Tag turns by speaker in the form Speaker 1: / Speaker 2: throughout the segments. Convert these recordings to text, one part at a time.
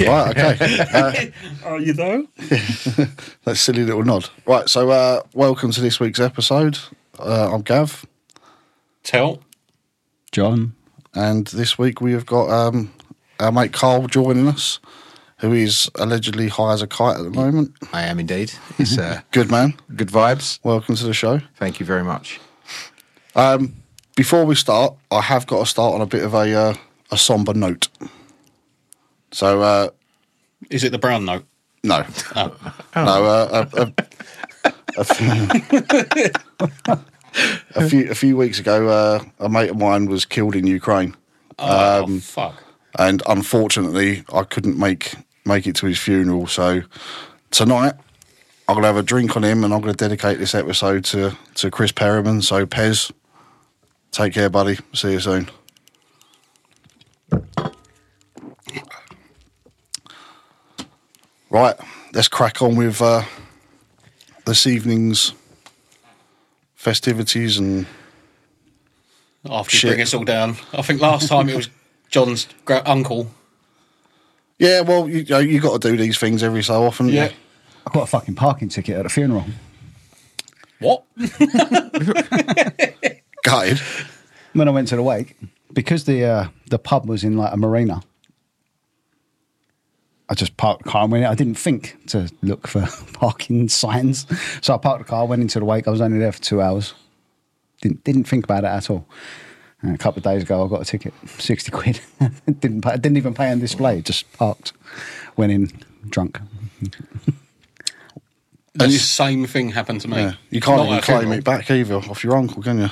Speaker 1: Right, okay. Uh,
Speaker 2: Are you though?
Speaker 1: that silly little nod. Right, so uh, welcome to this week's episode. Uh, I'm Gav,
Speaker 2: Tell.
Speaker 3: John.
Speaker 1: and this week we have got um, our mate Carl joining us, who is allegedly high as a kite at the moment.
Speaker 4: I am indeed. It's uh,
Speaker 1: Good man.
Speaker 4: good vibes.
Speaker 1: Welcome to the show.
Speaker 4: Thank you very much.
Speaker 1: Um, before we start, I have got to start on a bit of a uh, a somber note. So uh,
Speaker 2: Is it the brown note?
Speaker 1: no,
Speaker 2: Oh.
Speaker 1: no, uh, a, a, a few, a few a few weeks ago, uh, a mate of mine was killed in Ukraine, Um,
Speaker 2: Oh, fuck.
Speaker 1: and unfortunately, I couldn't make make it to his funeral. So tonight. I'm gonna have a drink on him, and I'm gonna dedicate this episode to to Chris Perriman. So Pez, take care, buddy. See you soon. Right, let's crack on with uh, this evening's festivities and
Speaker 2: After you
Speaker 1: Shit.
Speaker 2: bring us all down. I think last time it was John's gra- uncle.
Speaker 1: yeah, well, you, you know, you got to do these things every so often.
Speaker 2: Yeah.
Speaker 3: I got a fucking parking ticket at a funeral.
Speaker 2: What?
Speaker 1: gutted.
Speaker 3: When I went to the wake, because the uh, the pub was in like a marina, I just parked the car and went. in. I didn't think to look for parking signs, so I parked the car, went into the wake. I was only there for two hours. Didn't didn't think about it at all. And a couple of days ago, I got a ticket, sixty quid. didn't pay, didn't even pay on display. Just parked. Went in drunk.
Speaker 2: The
Speaker 1: And you-
Speaker 2: same thing happened to me.
Speaker 1: Yeah, you can't
Speaker 2: Not
Speaker 1: even
Speaker 2: at a
Speaker 1: claim
Speaker 2: funeral.
Speaker 1: it back either off your uncle, can you?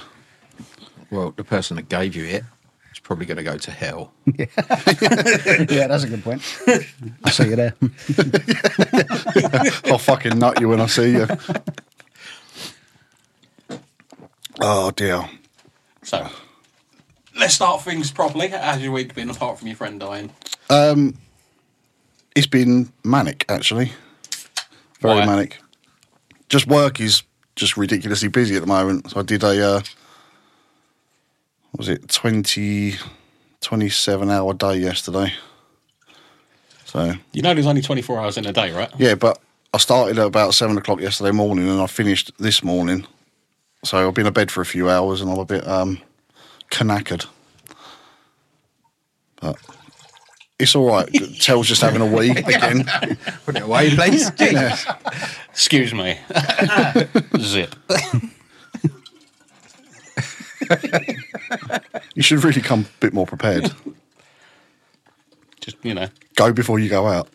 Speaker 4: Well, the person that gave you it is probably going to go to hell.
Speaker 3: yeah, that's a good point. I'll see you there.
Speaker 1: I'll fucking nut you when I see you. Oh dear.
Speaker 2: So, let's start things properly. How's your week been apart from your friend dying?
Speaker 1: Um, it's been manic, actually. Very
Speaker 2: Why?
Speaker 1: manic. Just work is just ridiculously busy at the moment. So I did a, uh, what was it, 20, 27 hour day yesterday. So,
Speaker 2: You know there's only 24 hours in a day, right?
Speaker 1: yeah, but I started at about seven o'clock yesterday morning and I finished this morning. So I've been in bed for a few hours and I'm a bit um, knackered. But it's all right. Tel's just having a wee again.
Speaker 4: Put it away, please.
Speaker 2: Excuse me. Zip.
Speaker 1: You should really come a bit more prepared.
Speaker 2: Just, you know.
Speaker 1: Go before you go out.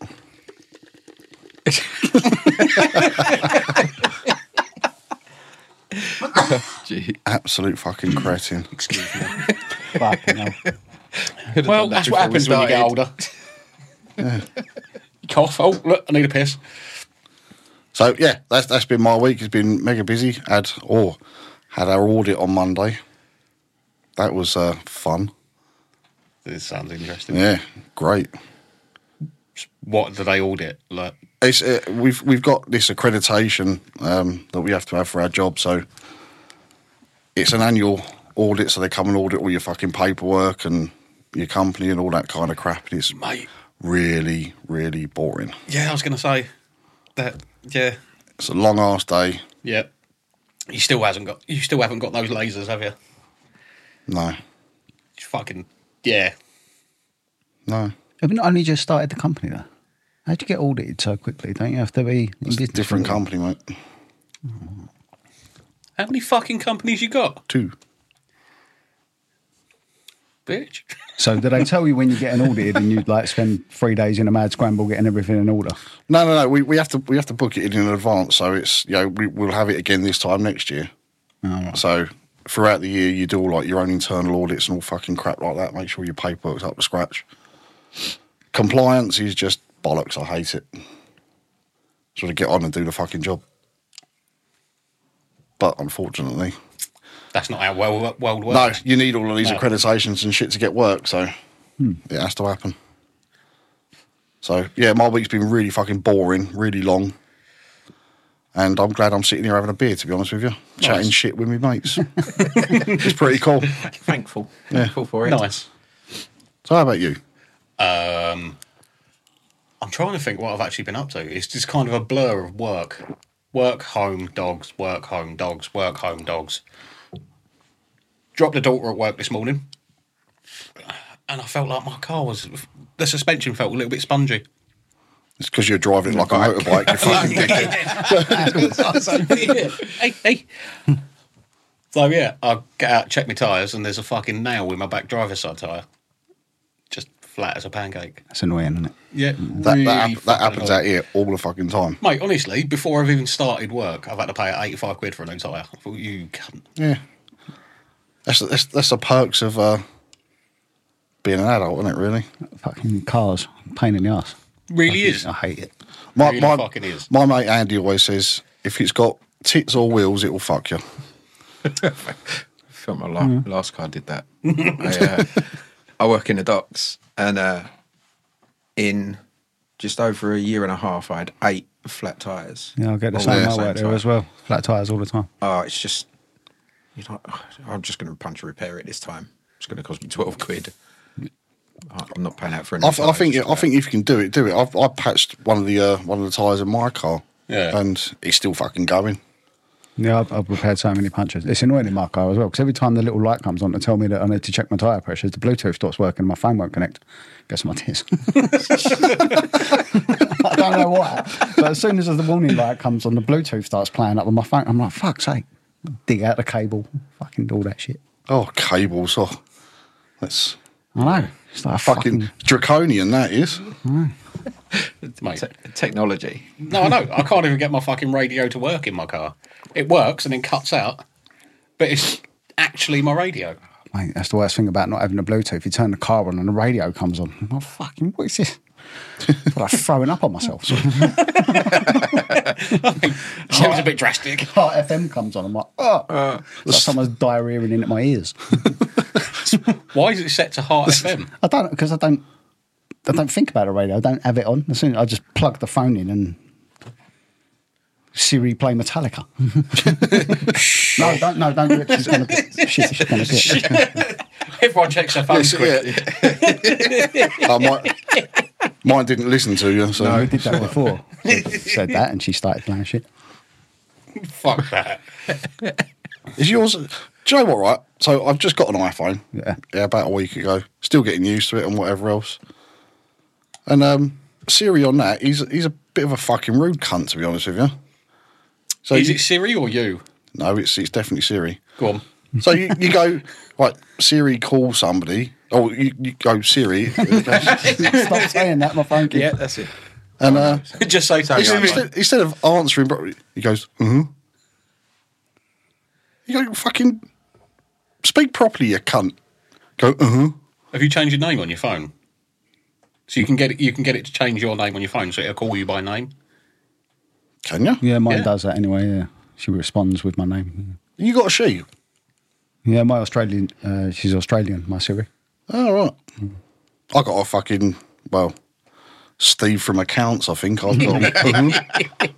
Speaker 4: Gee,
Speaker 1: Absolute fucking cretin.
Speaker 2: Excuse me.
Speaker 3: Fucking hell.
Speaker 4: could have
Speaker 2: Well,
Speaker 4: done that
Speaker 2: that's what
Speaker 4: before we
Speaker 2: happens when you get
Speaker 4: started.
Speaker 2: older. You Cough. Oh, look, I need a piss.
Speaker 1: So yeah, that's that's been my week. It's been mega busy. Had or had our audit on Monday. That was uh, fun.
Speaker 2: This sounds interesting.
Speaker 1: Yeah, great.
Speaker 2: What do they audit? Like,
Speaker 1: It's uh, we've we've got this accreditation um, that we have to have for our job. So it's an annual audit. So they come and audit all your fucking paperwork and your company and all that kind of crap. And it's
Speaker 2: mate.
Speaker 1: really really boring.
Speaker 2: Yeah, I was going to say that. Yeah,
Speaker 1: It's a long ass day.
Speaker 2: yeah. You still hasn't got. You still haven't got those lasers, have you?
Speaker 1: No,
Speaker 2: It's fucking. Yeah.
Speaker 1: no.
Speaker 3: Have you not only just started the company though? How do you get audited so quickly? Don't you have to be in
Speaker 1: It's a
Speaker 3: business
Speaker 1: different
Speaker 3: for a while?
Speaker 1: company, mate.
Speaker 2: How many fucking companies you got,
Speaker 1: Two.
Speaker 2: bitch?
Speaker 3: So do they tell you when you get an audited and you like spend three days in a mad scramble getting everything in order?
Speaker 1: No, no, no. We, we have to we have to book it in advance. So it's you know we, we'll have it again this time next year. Oh, So throughout the year, you do all like your own internal audits and all fucking crap like that. Make sure your paperwork's up to scratch. Compliance is just bollocks. I hate it. Sort of get on and do the fucking job. But unfortunately,
Speaker 2: That's not how well world works.
Speaker 1: no, you need all of these
Speaker 2: No. Hmm.
Speaker 1: accreditations and shit to get work, so it has to happen. So yeah, my week's been really fucking boring, really long, and I'm glad I'm sitting here having a beer. To be honest with you, chatting shit with me mates. it's pretty cool.
Speaker 4: Thankful. Thankful for it.
Speaker 2: Nice.
Speaker 1: So how about you?
Speaker 2: I'm trying to think what I've actually been up to. It's just kind of a blur of work, work, home, dogs, work, home, dogs, work, home, dogs. Dropped the daughter at work this morning, and I felt like my car was the suspension felt a little bit spongy.
Speaker 1: It's because you're driving like a motorbike. You fucking dickhead.
Speaker 2: hey, hey. So yeah, I get out, check my tires, and there's a fucking nail in my back driver's side tire, just flat as a pancake.
Speaker 3: That's annoying, isn't it?
Speaker 2: Yeah,
Speaker 1: That,
Speaker 2: really
Speaker 1: that, hap- that
Speaker 2: fucking
Speaker 1: happens
Speaker 2: annoying.
Speaker 1: out here all the fucking time.
Speaker 2: Mate, honestly, before I've even started work, I've had to pay eighty-five quid for a new tyre. I thought you cunt.
Speaker 1: Yeah. That's that's, that's the perks of uh, being an adult, isn't it? Really.
Speaker 3: Fucking cars, pain in the ass.
Speaker 2: Really is.
Speaker 3: I hate it.
Speaker 1: My
Speaker 2: Really
Speaker 1: my
Speaker 2: fucking is.
Speaker 1: my mate Andy always says if it's got tits or wheels, it will fuck you.
Speaker 4: I felt my la- last car did that. I, uh, I work in the docks, and uh, in just over a year and a half, I had eight flat tires.
Speaker 3: Yeah, I get the
Speaker 4: All
Speaker 3: same
Speaker 4: at
Speaker 3: at
Speaker 4: the
Speaker 3: my
Speaker 4: Oh, same
Speaker 3: work there
Speaker 4: time.
Speaker 3: as well. Flat tires all the time.
Speaker 4: Oh, it's just, you know, I'm just going to punch and repair it this time. It's going to cost me twelve quid. I- I'm not paying out for it.
Speaker 1: I, th- I think I think if you can do it, do it. I've, I patched one of the uh, one of the tires in my car,
Speaker 2: Yeah.
Speaker 1: and it's still fucking going.
Speaker 3: Yeah, I've, I've repaired so many punches. It's annoying in my car as well because every time the little light comes on to tell me that I need to check my tire pressures, the Bluetooth stops working, my phone won't connect. Guess what it is? I don't know why, but as soon as the warning light comes on, the Bluetooth starts playing up on my phone. I'm like, fuck's sake, dig out the cable, fucking do all that shit.
Speaker 1: Oh, cables! Oh, that's
Speaker 3: I know. It's like a fucking.
Speaker 1: fucking draconian. That is.
Speaker 2: Mate.
Speaker 4: Te- technology.
Speaker 2: No, I know. I can't even get my fucking radio to work in my car. It works and then cuts out, but it's actually my radio.
Speaker 3: Mate, that's the worst thing about not having a Bluetooth. You turn the car on and the radio comes on. I'm like, fucking, what is this? It's like throwing up on myself.
Speaker 2: Sounds a bit drastic.
Speaker 3: Heart FM comes on. I'm like, oh, it's like someone's diarrheaing into my ears.
Speaker 2: Why is it set to Heart FM?
Speaker 3: I don't because I don't. I don't think about the radio. I don't have it on. As soon I just plug the phone in and Siri play Metallica. no, don't, no, don't do it. She's gonna pit. She's, she's gonna pit.
Speaker 2: Everyone checks their phone quick.
Speaker 1: Uh, my- mine didn't listen to you, so
Speaker 3: No, we did that before. said that, and she started playing shit.
Speaker 2: Fuck that.
Speaker 1: Is yours? Do you know what? Right. So I've just got an iPhone.
Speaker 3: Yeah.
Speaker 1: about a week ago. Still getting used to it and whatever else. And um, Siri on that, he's he's a bit of a fucking rude cunt to be honest with you. So
Speaker 2: Is
Speaker 1: you-
Speaker 2: it Siri or you?
Speaker 1: no, it's it's definitely Siri.
Speaker 2: Go on.
Speaker 1: So you, you go right, Siri call somebody. Oh, you, you go Siri,
Speaker 3: Stop saying that. My phone keeps.
Speaker 4: Yeah, that's it.
Speaker 1: and uh,
Speaker 2: Just say something.
Speaker 1: instead, instead- instead of answering, bro, he goes, "Hmm." You go fucking speak properly, you cunt. Go, "Hmm."
Speaker 2: Have you changed your name on your phone? So you can get it. You can get it to change your name on your phone, so it'll call you by name.
Speaker 1: Can you?
Speaker 3: Yeah, mine
Speaker 2: Yeah.
Speaker 3: does that anyway. Yeah, she responds with my name.
Speaker 1: You got a she?
Speaker 3: Yeah, my Australian. Uh, she's Australian. My Siri.
Speaker 1: Oh, right. I got a fucking, well, Steve from accounts, I think. I've got Mhm.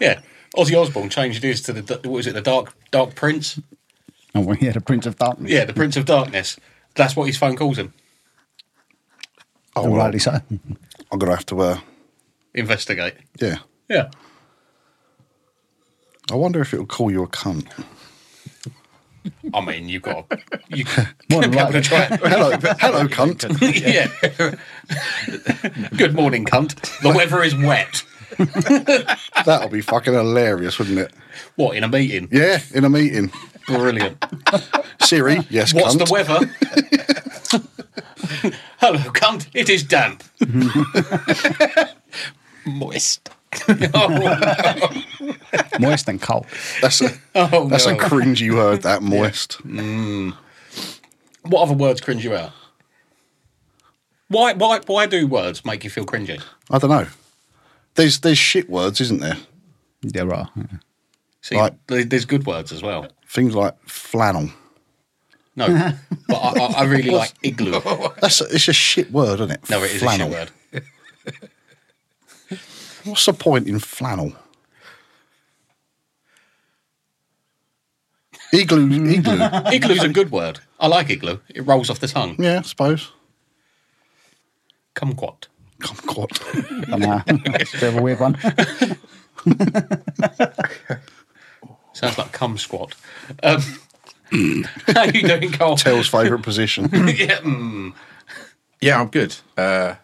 Speaker 2: Yeah. Ozzy Osbourne changed his to the d- what was it? The Dark Dark Prince.
Speaker 3: Oh, well, yeah, the Prince of Darkness.
Speaker 2: Yeah, the Prince of Darkness. That's what his phone calls him.
Speaker 1: Oh,
Speaker 3: And
Speaker 1: well,
Speaker 3: rightly so.
Speaker 1: I'm going to have to, uh,
Speaker 2: Investigate.
Speaker 1: yeah.
Speaker 2: Yeah.
Speaker 1: I wonder if it'll call you a cunt.
Speaker 2: I mean, you've got you
Speaker 3: More
Speaker 2: be
Speaker 3: than
Speaker 2: able to
Speaker 3: likely.
Speaker 2: try it.
Speaker 1: Hello, hello, cunt.
Speaker 2: yeah. Good morning, cunt. The weather is wet.
Speaker 1: That'll be fucking hilarious, wouldn't it?
Speaker 2: What in a meeting?
Speaker 1: Yeah, in a meeting.
Speaker 2: Brilliant.
Speaker 1: Siri, yes,
Speaker 2: What's
Speaker 1: cunt.
Speaker 2: the weather? Hello, cunt. It is damp.
Speaker 4: Moist.
Speaker 2: Oh,
Speaker 3: Moist and cold.
Speaker 1: That's a,
Speaker 2: Oh,
Speaker 1: that's
Speaker 2: no.
Speaker 1: a cringy word, that moist.
Speaker 2: what other words cringe you out? Why, why, why do words make you feel cringy?
Speaker 1: I don't know. There's, there's shit words, isn't there?
Speaker 3: There are. yeah.
Speaker 2: See,
Speaker 1: Right.
Speaker 2: there- there's good words as well.
Speaker 1: Things like flannel.
Speaker 2: No, but I, I, I really like igloo.
Speaker 1: That's a, it's a shit word, isn't it?
Speaker 2: No, it is a
Speaker 1: Oh, flannel.
Speaker 2: shit word.
Speaker 1: What's the point in flannel? Igloo, igloo.
Speaker 2: Igloo's a good word. I like igloo. It rolls off the tongue.
Speaker 1: yeah, I suppose.
Speaker 2: Kumquat.
Speaker 1: Kumquat.
Speaker 3: Nah, it's a bit of a weird one.
Speaker 2: Sounds like cum squat. Um, how you doing, Cole?
Speaker 1: Tail's favourite position.
Speaker 2: yeah, mm.
Speaker 4: Yeah, I'm good. Uh,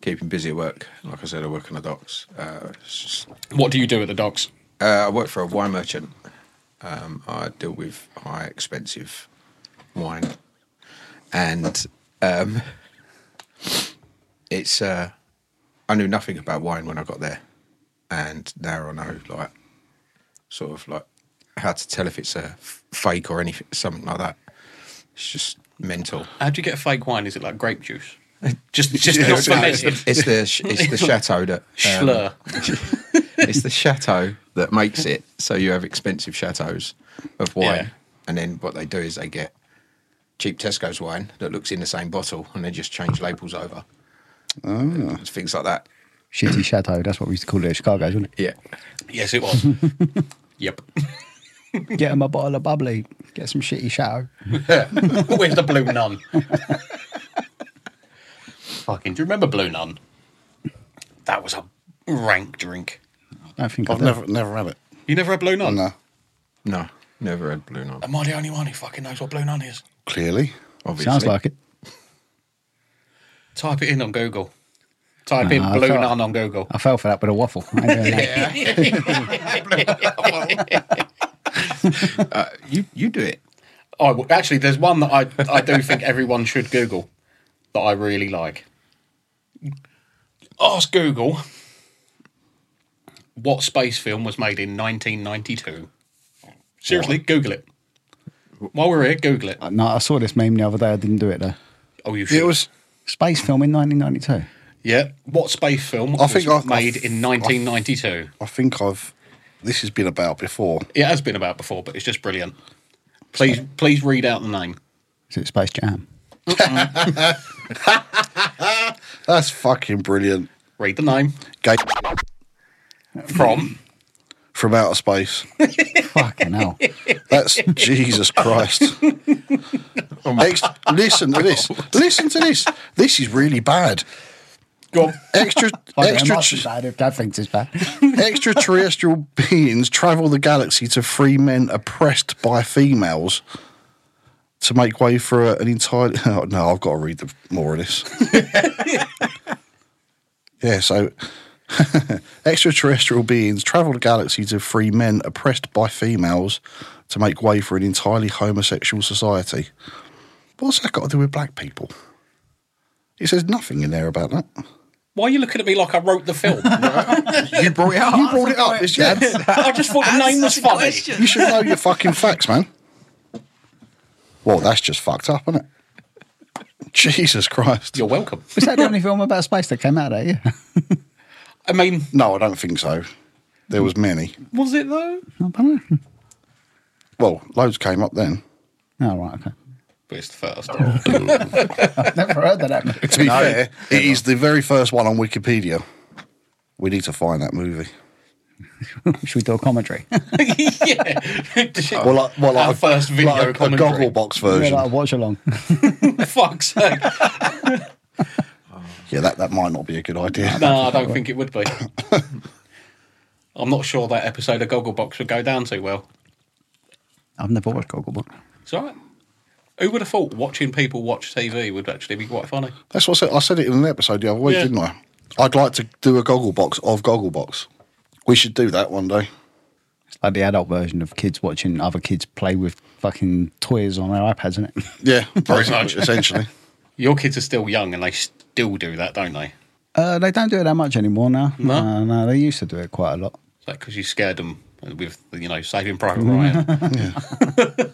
Speaker 4: keeping busy at work. Like I said, I work on the docks. Uh, it's just-
Speaker 2: What do you do at the docks?
Speaker 4: uh, I work for a wine merchant. Um, I deal with high expensive wine, and um, it's. Uh, I knew nothing about wine when I got there, and now I know like sort of like how to tell if it's a f- fake or anything, something like that. It's just mental.
Speaker 2: How do you get fake wine? Is it like grape juice? Just, just
Speaker 1: Yeah,
Speaker 2: not
Speaker 1: it's like-
Speaker 2: fermented.
Speaker 4: It's the sh- it's the chateau that um,
Speaker 2: Schlur.
Speaker 4: it's the chateau that makes it so you have expensive chateaus of wine
Speaker 2: Yeah.
Speaker 4: and then what they do is they get cheap tesco's wine that looks in the same bottle and they just change labels over
Speaker 3: Ah.
Speaker 4: It's things like that
Speaker 3: Shitty Shadow, that's what we used to call it at Chicago's, wasn't
Speaker 4: yeah
Speaker 2: Yes, it was. yep.
Speaker 3: it? Get him a bottle of bubbly, get some shitty Shadow.
Speaker 2: Where's the blue nun? Fucking, do you remember Blue Nun? That was a rank drink.
Speaker 3: I don't think I've
Speaker 1: I've never never had it. Oh,
Speaker 2: You never had Blue Nun?
Speaker 1: No,
Speaker 4: no never had blue nun
Speaker 2: Am I the only one who fucking knows what Blue Nun is?
Speaker 1: clearly.
Speaker 4: obviously
Speaker 3: Sounds like it.
Speaker 2: Type it in on Google. Type
Speaker 3: Nah,
Speaker 2: in
Speaker 3: I
Speaker 2: Blue
Speaker 3: felt-
Speaker 2: Nun on Google.
Speaker 3: I fell for that with a waffle. I ain't doing that.
Speaker 4: you you do it
Speaker 2: I w- actually, there's one that I, I do think everyone should Google that I really like. Ask Google what space film was made in 1992. Seriously, Google it. While we're here, Google it.
Speaker 3: No, I saw this meme the other day. I didn't do it though.
Speaker 2: Oh, you should.
Speaker 1: It was.
Speaker 3: Space film in 1992.
Speaker 2: yeah. What space film
Speaker 1: I think
Speaker 2: was
Speaker 1: I-
Speaker 2: made
Speaker 1: I-
Speaker 2: in 1992?
Speaker 1: I think I've. This has been about before.
Speaker 2: it has been about before, but it's just brilliant. Please, please read out the name.
Speaker 3: Is it Space Jam?
Speaker 1: That's fucking brilliant.
Speaker 2: Read the name
Speaker 1: Gay
Speaker 2: from.
Speaker 1: from outer space.
Speaker 3: Fucking hell.
Speaker 1: That's Jesus Christ.
Speaker 2: Oh
Speaker 1: Ex- listen to this. Listen to this. This is really bad.
Speaker 2: Go on.
Speaker 1: Extra,
Speaker 3: Fucking
Speaker 1: extra,
Speaker 3: must be bad if Dad thinks it's bad.
Speaker 1: extraterrestrial beings travel the galaxy to free men oppressed by females to make way for a- an entire. Oh, no, I've got to read the, more of this. yeah, so extraterrestrial beings travel the galaxy to free men oppressed by females to make way for an entirely homosexual society. What's that got to do with black people? It says nothing in there about that.
Speaker 2: Why are you looking at me like I wrote the film?
Speaker 4: you brought it up
Speaker 1: You brought it up, it's yeah.
Speaker 2: I just thought the name was funny.
Speaker 1: You should know your fucking facts, man. Well, that's just fucked up, isn't it? Jesus Christ.
Speaker 2: You're welcome.
Speaker 3: Was that the only film about space that came out that year?
Speaker 2: I mean,
Speaker 1: No, I don't think so. There was many.
Speaker 2: was it though?
Speaker 3: I don't know.
Speaker 1: Well, loads came up then.
Speaker 3: Oh, right, okay.
Speaker 2: But it's the first.
Speaker 3: I've never heard of that movie.
Speaker 1: To be fair, it is the very first one on Wikipedia. We need to find that movie.
Speaker 3: Should we do a commentary?
Speaker 2: yeah.
Speaker 1: Well, like, well, like
Speaker 2: Uh, Our
Speaker 1: a-
Speaker 2: first video
Speaker 1: like a, a
Speaker 2: commentary.
Speaker 1: goggle box
Speaker 3: yeah,
Speaker 1: version.
Speaker 3: like a watch along.
Speaker 2: Fuck's sake.
Speaker 1: Yeah, that, that might not be a good idea.
Speaker 2: No, I don't think it would be. I'm not sure that episode of Gogglebox would go down too well.
Speaker 3: I've never watched Gogglebox.
Speaker 2: It's all right. Who would have thought watching people watch TV would actually be quite funny?
Speaker 1: That's what I said. I said it in an episode the other week,
Speaker 2: Yeah.
Speaker 1: didn't I? I'd like to do a goggle box of goggle box. We should do that one day.
Speaker 3: It's like the adult version of kids watching other kids play with fucking toys on their iPads, isn't it?
Speaker 1: Yeah,
Speaker 2: Very much.
Speaker 1: Essentially.
Speaker 2: Your kids are still young and they still do that, don't they? Is
Speaker 3: Uh, they don't do it that much anymore now.
Speaker 2: No?
Speaker 3: Uh, no, they used to do it quite a lot.
Speaker 2: that because you scared them with, you know, Saving Private Ryan?
Speaker 1: Yeah.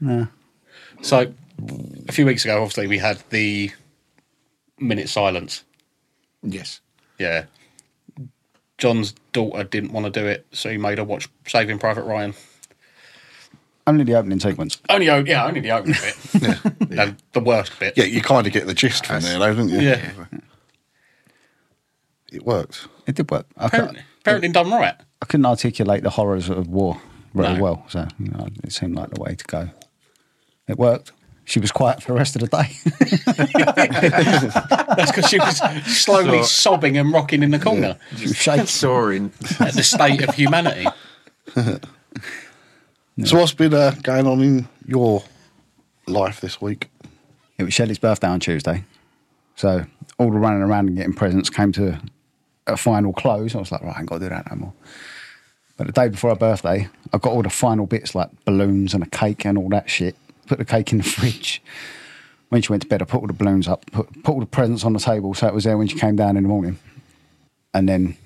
Speaker 2: So, a few weeks ago, obviously, we had the minute silence.
Speaker 4: yes
Speaker 2: Yeah. John's daughter didn't want to do it, so he made her watch Saving Private Ryan.
Speaker 3: Only the opening sequence.
Speaker 2: Only, o- yeah, only the opening bit. No, the worst bit.
Speaker 1: Yeah, you kind of get the gist from there, though, don't you?
Speaker 2: Yeah.
Speaker 1: It worked.
Speaker 3: It did work. I, cou-
Speaker 2: Apparently, apparently done right.
Speaker 3: I couldn't articulate the horrors of war very
Speaker 2: No.
Speaker 3: well, so you know, it seemed like the way to go. It worked. She was quiet for the rest of the day.
Speaker 5: That's because she was slowly
Speaker 4: So-
Speaker 5: sobbing and rocking in the corner
Speaker 3: she was shaking.
Speaker 4: Soaring.
Speaker 5: at the state of humanity.
Speaker 1: So what's been uh, going on in your life this week?
Speaker 3: It was Shelley's birthday on Tuesday. So all the running around and getting presents came to a final close. I was like, right, I ain't got to do that no more. But the day before her birthday, I got all the final bits like balloons and a cake and all that shit. Put the cake in the fridge. When she went to bed, I put all the balloons up, put, put all the presents on the table so it was there when she came down in the morning. And then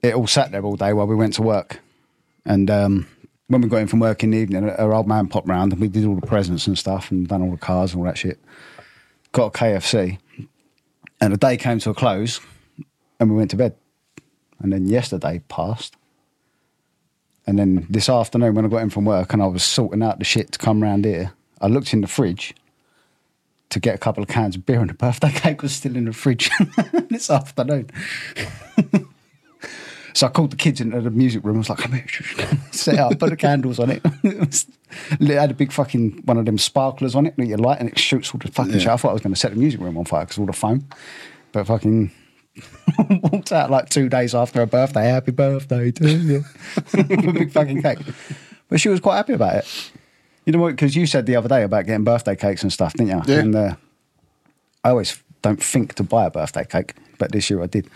Speaker 3: it all sat there all day while we went to work. And um, when we got in from work in the evening, her old man popped round and we did all the presents and stuff and done all the cars and all that shit. Got a KFC. And the day came to a close and we went to bed. And then yesterday passed. And then this afternoon, when I got in from work and I was sorting out the shit to come round here, I looked in the fridge to get a couple of cans of beer and the birthday cake was still in the fridge this afternoon. So I called the kids into the music room. I was like, come here, set up, put the candles on it. it was- it had a big fucking one of them sparklers on it that you light and it shoots all the fucking shit. I thought I was going to set the music room on fire because all the foam. But fucking walked out like two days after her birthday. Happy birthday to you. With a big fucking cake. But she was quite happy about it. You know what? Because you said the other day about getting birthday cakes and stuff, didn't you?
Speaker 1: Yeah.
Speaker 3: And uh, I always don't think to buy a birthday cake, but this year I did.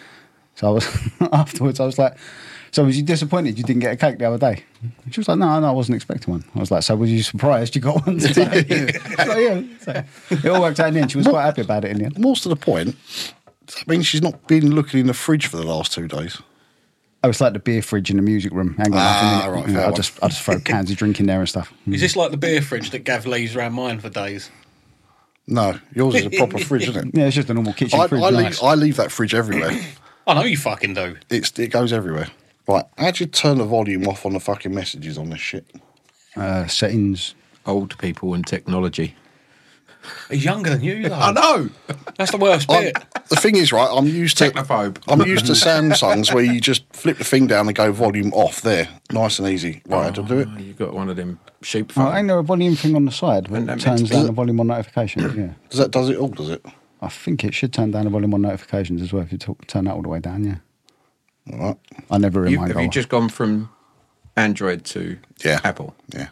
Speaker 3: So I was afterwards. I was like, "So was you disappointed you didn't get a cake the other day?" And she was like, "No, no, I wasn't expecting one." I was like, "So was you surprised you got one today?" She's like, yeah. So it all worked out in the end. She was quite happy about it in the end.
Speaker 1: More to the point, does that mean she's not been looking in the fridge for the last two days?
Speaker 3: Oh, it's like the beer fridge in the music room. Hang on,
Speaker 1: Ah,
Speaker 3: I can-
Speaker 1: right,
Speaker 3: you know,
Speaker 1: fair
Speaker 3: I
Speaker 1: one.
Speaker 3: just I just throw cans of drink in there and stuff.
Speaker 5: Is this like the beer fridge that Gav leaves around mine for days?
Speaker 1: No, yours is a proper fridge, isn't it?
Speaker 3: Yeah, it's just a normal kitchen
Speaker 1: I, I,
Speaker 3: fridge.
Speaker 1: leave,
Speaker 3: nice.
Speaker 1: I leave that fridge everywhere.
Speaker 5: I know you fucking do.
Speaker 1: It's, it goes everywhere. Right, how'd you turn the volume off on the fucking messages on this shit?
Speaker 3: uh, settings.
Speaker 4: Old people and technology.
Speaker 5: He's younger than you, though.
Speaker 4: know.
Speaker 5: That's the worst
Speaker 1: I'm,
Speaker 5: bit.
Speaker 1: Um, the thing is, right, I'm used to
Speaker 4: Technophobe.
Speaker 1: I'm used to Samsungs where you just flip the thing down and go volume off there, nice and easy. Right, I'll do it.
Speaker 4: Oh, you got one of them sheep
Speaker 3: Oh, ain't
Speaker 4: phones.
Speaker 3: there a volume thing on the side where
Speaker 4: Isn't that
Speaker 3: it turns
Speaker 4: meant to-
Speaker 3: down the volume on notifications? Yeah,
Speaker 1: Does that does it all? Does it?
Speaker 3: I think it should turn down the volume on notifications as well if you talk, turn that all the way down. Yeah,
Speaker 1: All right.
Speaker 3: I never
Speaker 4: You,
Speaker 3: remind.
Speaker 4: have you just gone from Android to
Speaker 1: Yeah.
Speaker 4: Apple?
Speaker 1: Yeah.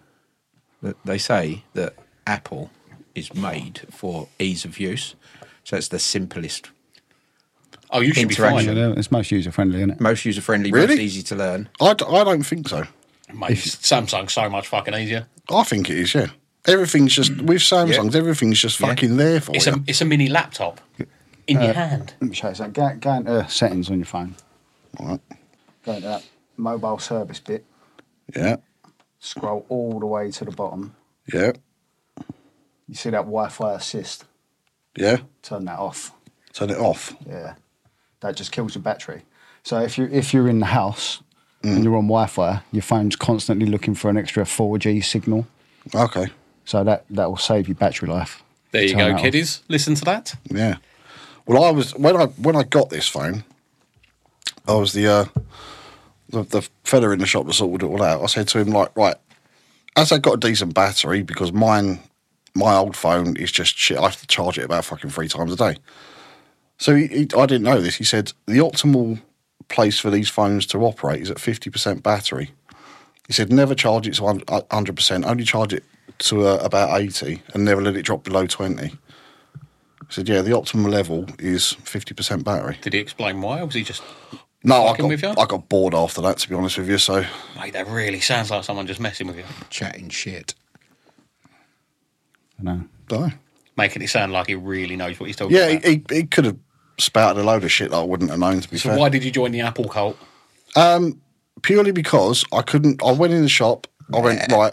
Speaker 4: that they say that Apple is made for ease of use. So it's the simplest,
Speaker 5: Oh, you should be
Speaker 4: Interaction.
Speaker 5: fine.
Speaker 3: Yeah, it's most user friendly, isn't it?
Speaker 4: most user friendly, most
Speaker 1: Really?
Speaker 4: easy to learn.
Speaker 1: I, d- I don't think so.
Speaker 5: Mate, Samsung's so much fucking easier.
Speaker 1: I think it is. Yeah. Everything's just with Samsungs. Everything's just fucking there for
Speaker 5: It's
Speaker 1: you.
Speaker 5: a it's a mini laptop in
Speaker 3: Uh,
Speaker 5: your hand.
Speaker 3: Let me show you something. Go, go into uh, settings on your phone.
Speaker 1: All right.
Speaker 3: Go into that mobile service bit.
Speaker 1: Yeah.
Speaker 3: Scroll all the way to the bottom.
Speaker 1: Yeah.
Speaker 3: You see that Wi-Fi assist?
Speaker 1: Yeah.
Speaker 3: Turn that off.
Speaker 1: Turn it off.
Speaker 3: Yeah, that just kills your battery. So if you if you're in the house and you're on Wi-Fi, your phone's constantly looking for an extra 4G signal.
Speaker 1: Okay.
Speaker 3: So that that will save your battery life.
Speaker 5: There you
Speaker 3: Turn that
Speaker 5: go,
Speaker 3: off.
Speaker 5: kiddies. Listen to that.
Speaker 1: Yeah. Well, I was when I when I got this phone, I was the uh, the, the fella in the shop that sorted it all out. I said to him like, right, as I got a decent battery because mine my old phone is just shit. I have to charge it about fucking three times a day. So he, he, I didn't know this. He said the optimal place for these phones to operate is at fifty percent battery. He said never charge it to hundred percent. Only charge it to uh, about eighty, and never let it drop below twenty. I said, yeah, the optimal level is 50% battery.
Speaker 5: Did he explain why? Or was he just
Speaker 1: No, I
Speaker 5: Fucking with you?
Speaker 1: got, I got bored after that, to be honest with you. So,
Speaker 5: mate? That really sounds like someone just messing with you,
Speaker 4: Chatting shit.
Speaker 3: I know.
Speaker 1: don't know.
Speaker 5: making it sound like he really knows what he's talking
Speaker 1: Yeah,
Speaker 5: about.
Speaker 1: he, he, he could have spouted a load of shit that I wouldn't have known, to be
Speaker 5: so
Speaker 1: fair.
Speaker 5: why did you join the Apple cult?
Speaker 1: Purely because I couldn't, I went in the shop, I went, right,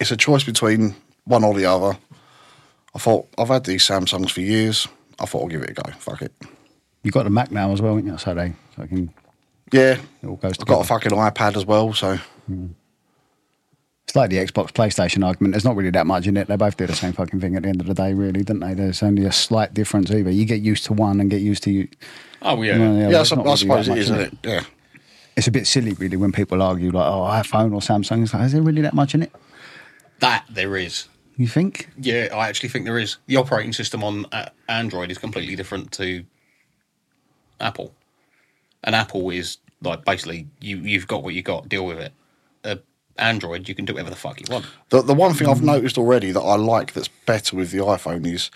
Speaker 1: it's a choice between one or the other. I thought, I've had these Samsungs for years. I thought I'll give it a go. Fuck it.
Speaker 3: You got the Mac now as well, haven't you? So they so I can.
Speaker 1: Yeah.
Speaker 3: It all goes
Speaker 1: I've got
Speaker 3: together.
Speaker 1: a fucking iPad as well, so
Speaker 3: It's like the Xbox PlayStation argument. There's not really that much in it. They both do the same fucking thing at the end of the day, really, don't they? There's only a slight difference either. You get used to one and get used to you.
Speaker 5: Oh yeah.
Speaker 3: one or the
Speaker 1: yeah,
Speaker 3: other.
Speaker 1: I,
Speaker 3: It's
Speaker 1: sup-
Speaker 3: not
Speaker 1: I
Speaker 3: really
Speaker 1: suppose
Speaker 3: that
Speaker 1: it
Speaker 3: much
Speaker 1: is,
Speaker 3: in
Speaker 1: isn't it? Yeah.
Speaker 3: It's a bit silly, really, when people argue like, "Oh, iPhone or Samsung." It's like, is there really that much in it?
Speaker 5: That there is.
Speaker 3: You think?
Speaker 5: Yeah, I actually think there is. The operating system on uh, Android is completely different to Apple. And Apple is like basically you you've got what you got, deal with it. Uh, Android, you can do whatever the fuck you want.
Speaker 1: The, the one thing I've
Speaker 5: Mm.
Speaker 1: noticed already that I like that's better with the iPhone is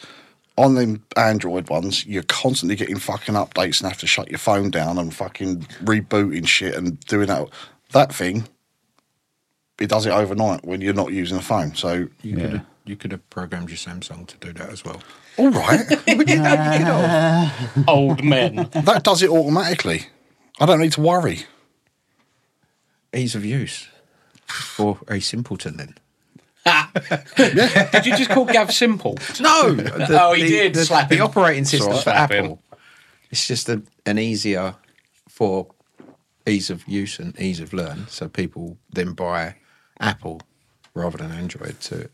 Speaker 1: on them Android ones, you're constantly getting fucking updates and have to shut your phone down and fucking rebooting shit and doing that. That thing, it does it overnight when you're not using the phone. So,
Speaker 4: You could have you could have programmed your Samsung to do that as well.
Speaker 1: all right,
Speaker 5: Old men.
Speaker 1: that does it automatically. I don't need to worry.
Speaker 4: Ease of use for a simpleton then.
Speaker 2: Did you just call Gav simple?
Speaker 4: No,
Speaker 2: Oh, he did.
Speaker 4: The,
Speaker 2: Slap
Speaker 4: the
Speaker 2: him.
Speaker 4: operating system for
Speaker 5: Slap him.
Speaker 4: Apple. It's just a, an easier for ease of use and ease of learn. So people then buy Apple rather than Android to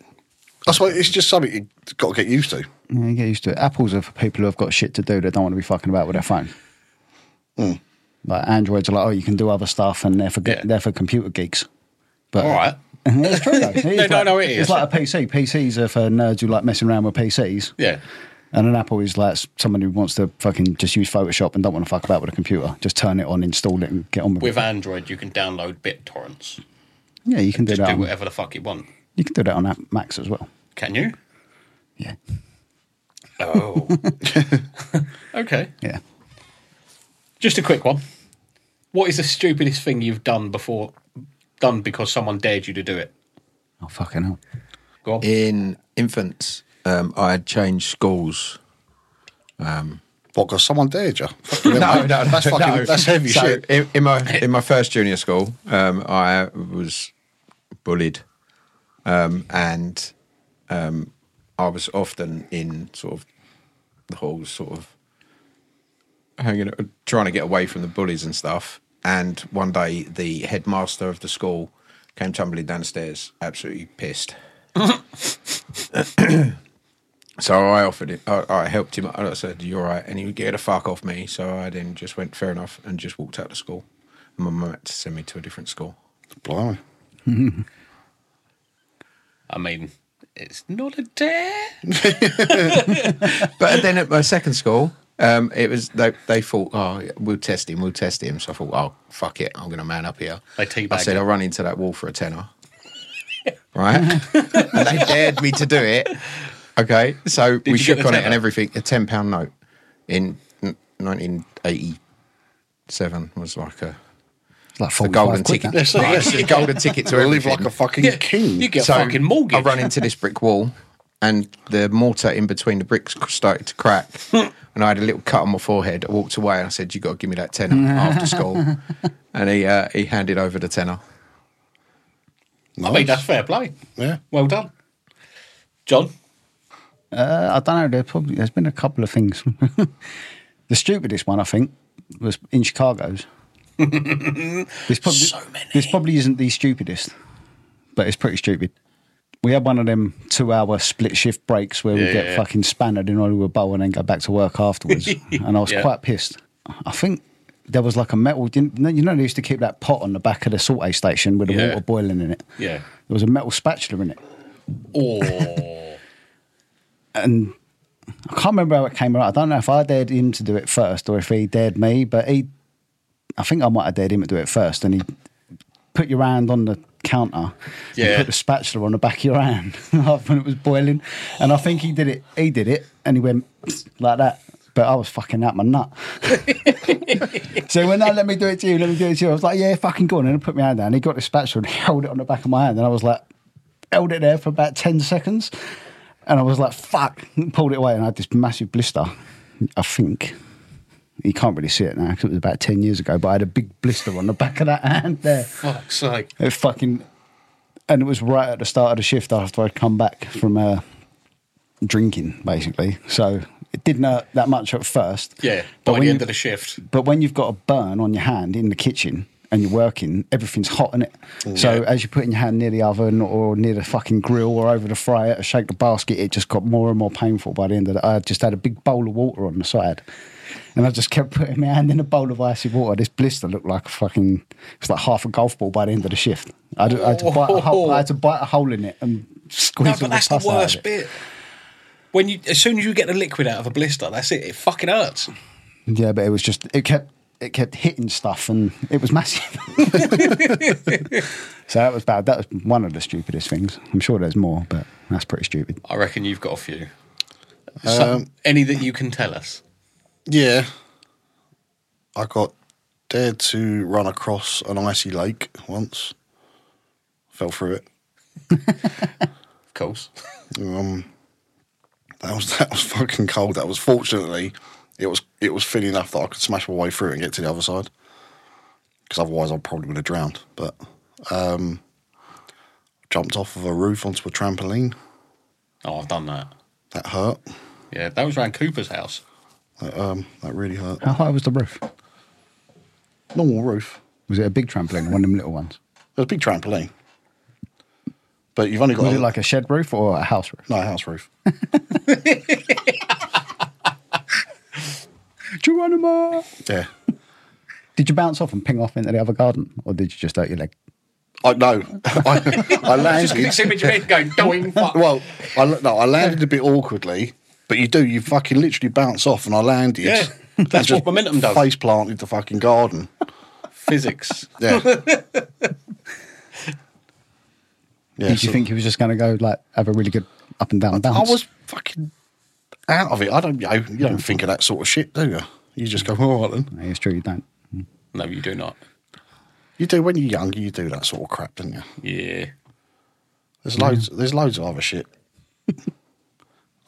Speaker 1: That's why it's just something you've got to get used to.
Speaker 3: Yeah, you get used to it. Apples are for people who have got shit to do. They don't want to be fucking about with their phone. Like Androids are like, oh, you can do other stuff, and they're for
Speaker 5: Hmm. Yeah.
Speaker 3: they're for computer geeks. But
Speaker 5: All right.
Speaker 3: it's true though. It is
Speaker 5: No, no,
Speaker 3: like-
Speaker 5: no, it is.
Speaker 3: It's like a PC. PCs are for nerds who like messing around with PCs.
Speaker 5: Yeah.
Speaker 3: And an Apple is like someone who wants to fucking just use Photoshop and don't want to fuck about with a computer. Just turn it on, install it, and get on with,
Speaker 5: With
Speaker 3: it.
Speaker 5: Android, you can download BitTorrents.
Speaker 3: Yeah, you can do
Speaker 5: Just
Speaker 3: that.
Speaker 5: do
Speaker 3: on,
Speaker 5: whatever the fuck you want.
Speaker 3: you can do that on App- Macs as well.
Speaker 5: Can you?
Speaker 3: Yeah,
Speaker 5: Oh. okay.
Speaker 3: yeah.
Speaker 5: Just a quick one. What is the stupidest thing you've done before? Done because someone dared you to do it.
Speaker 3: Oh fucking hell!
Speaker 5: Go on.
Speaker 4: in infants. Um, I had changed schools.
Speaker 1: What, because someone dared you? Fucking hell, mate. That's, fucking, that's heavy
Speaker 4: So,
Speaker 1: shit.
Speaker 4: In, in my in my first junior school, um, I was bullied, um, and um, I was often in sort of the halls, sort of hanging, trying to get away from the bullies and stuff. And one day, the headmaster of the school came tumbling downstairs, absolutely pissed. So I offered it. I, I helped him. I said, "You're right," and he would get the fuck off me. So I then just went, "Fair enough," and just walked out of school. And my mum had to send me to a different school.
Speaker 1: Blimey.
Speaker 5: I mean, it's not a dare.
Speaker 4: But then at my second school, um, it was they, they thought, "Oh, yeah, we'll test him. We'll test him." So I thought, "Oh, fuck it, I'm going to man up here."
Speaker 5: They teabagged
Speaker 4: I said,
Speaker 5: him.
Speaker 4: "I'll run into that wall for a tenner." right? and they dared me to do it. Okay, so we
Speaker 5: you get
Speaker 4: shook
Speaker 5: the
Speaker 4: on it and
Speaker 5: tenner?
Speaker 4: everything. A ten pound note in nineteen eighty seven was like a
Speaker 3: It's like
Speaker 4: the golden ticket.
Speaker 3: Now.
Speaker 4: It's the golden ticket to
Speaker 1: Live
Speaker 4: everything.
Speaker 1: like a fucking king.
Speaker 5: You get
Speaker 4: So
Speaker 5: a fucking
Speaker 4: I
Speaker 5: mortgage.
Speaker 4: run into this brick wall, and the mortar in between the bricks started to crack, and I had a little cut on my forehead. I walked away and I said, "You got to give me that tenner after school," and he uh, he handed over the tenner.
Speaker 1: Nice.
Speaker 5: I mean, that's fair play.
Speaker 1: Yeah.
Speaker 5: Well done, John.
Speaker 3: Uh, I don't know. There probably there's been a couple of things. the stupidest one I think was in Chicago's. this probably,
Speaker 5: So many.
Speaker 3: This probably isn't the stupidest, but it's pretty stupid. We had one of them two-hour split shift breaks where we
Speaker 5: Yeah,
Speaker 3: get
Speaker 5: yeah, yeah.
Speaker 3: fucking spannered in order with a bowl and then go back to work afterwards. and I was
Speaker 5: Yeah.
Speaker 3: quite pissed. I think there was like a metal. You know, you know they used to keep that pot on the back of the saute station with the
Speaker 5: Yeah.
Speaker 3: water boiling in it.
Speaker 5: Yeah.
Speaker 3: There was a metal spatula in it.
Speaker 5: Or
Speaker 3: and I can't remember how it came around. I don't know if I dared him to do it first or if he dared me, but he, I think I might have dared him to do it first. And he put your hand on the counter,
Speaker 5: Yeah.
Speaker 3: and put the spatula on the back of your hand when it was boiling. And I think he did it. He did it, and he went like that. But I was fucking out my nut. so when that let me do it to you, let me do it to you. I was like, yeah, fucking go on. And I put my hand down. He got the spatula and held it on the back of my hand. And I was like, held it there for about 10 seconds. And I was like, fuck, pulled it away. And I had this massive blister, I think. You can't really see it now because it was about 10 years ago, but I had a big blister on the back of that hand there.
Speaker 5: fuck's sake.
Speaker 3: It fucking, and it was right at the start of the shift after I'd come back from uh, drinking, basically. So it didn't hurt that much at first.
Speaker 5: Yeah. By
Speaker 3: But when
Speaker 5: the
Speaker 3: you-
Speaker 5: end of the shift.
Speaker 3: but when you've got a burn on your hand in the kitchen and you're working, everything's hot in it. So as you're putting your hand near the oven or near the fucking grill or over the fryer to shake the basket, it just got more and more painful by the end of it. I just had a big bowl of water on the side. And I just kept putting my hand in a bowl of icy water. This blister looked like a fucking, it was like half a golf ball by the end of the shift. I had, I had to, bite a hole, I had to bite a hole in it and squeeze
Speaker 2: no,
Speaker 3: all
Speaker 2: but that's the
Speaker 3: pus out of
Speaker 2: worst
Speaker 3: it.
Speaker 2: bit. When you, as soon as you get the liquid out of a blister, that's it. It fucking hurts.
Speaker 3: Yeah, but it was just it kept it kept hitting stuff and it was massive. so that was bad. That was one of the stupidest things. I'm sure there's more, but that's pretty stupid.
Speaker 2: I reckon you've got a few. Some- any that you can tell us?
Speaker 1: Yeah. I got dared to run across an icy lake once. Fell through it.
Speaker 2: Of course.
Speaker 1: Um, That was that was fucking cold. That was fortunately it was it was thin enough that I could smash my way through and get to the other side. Because otherwise I probably would have drowned. But um, jumped off of a roof onto a trampoline.
Speaker 2: Oh, I've done that.
Speaker 1: That hurt.
Speaker 2: Yeah, that was around Cooper's house.
Speaker 1: That, um, that really hurt.
Speaker 3: How high was the roof?
Speaker 1: Normal roof.
Speaker 3: Was it a big trampoline or one of them little ones?
Speaker 1: It was a big trampoline. But you've only got
Speaker 3: Was it like a shed roof or a house roof?
Speaker 1: no house roof.
Speaker 3: Geronimo!
Speaker 1: Yeah.
Speaker 3: Did you bounce off and ping off into the other garden, or did you just hurt your leg?
Speaker 1: I no. I, I landed.
Speaker 2: It's image head going, doing fuck.
Speaker 1: Well, I, l- no, I landed a bit awkwardly, but you do. You fucking literally bounce off, and I landed.
Speaker 2: Yeah,
Speaker 1: and
Speaker 2: that's
Speaker 1: just
Speaker 2: what momentum does.
Speaker 1: Face planted the fucking garden.
Speaker 2: Physics.
Speaker 1: Yeah. yeah.
Speaker 3: did you
Speaker 1: so
Speaker 3: think he was just going to go like have a really good up and down bounce?
Speaker 1: I was fucking out of it? I don't. You, know, you don't think of that sort of shit, do you? You just go, all right then.
Speaker 3: No, It's true, you don't.
Speaker 2: No, you do not.
Speaker 1: You do when you're younger. You do that sort of crap, don't you?
Speaker 2: Yeah.
Speaker 1: There's loads. There's loads of other shit.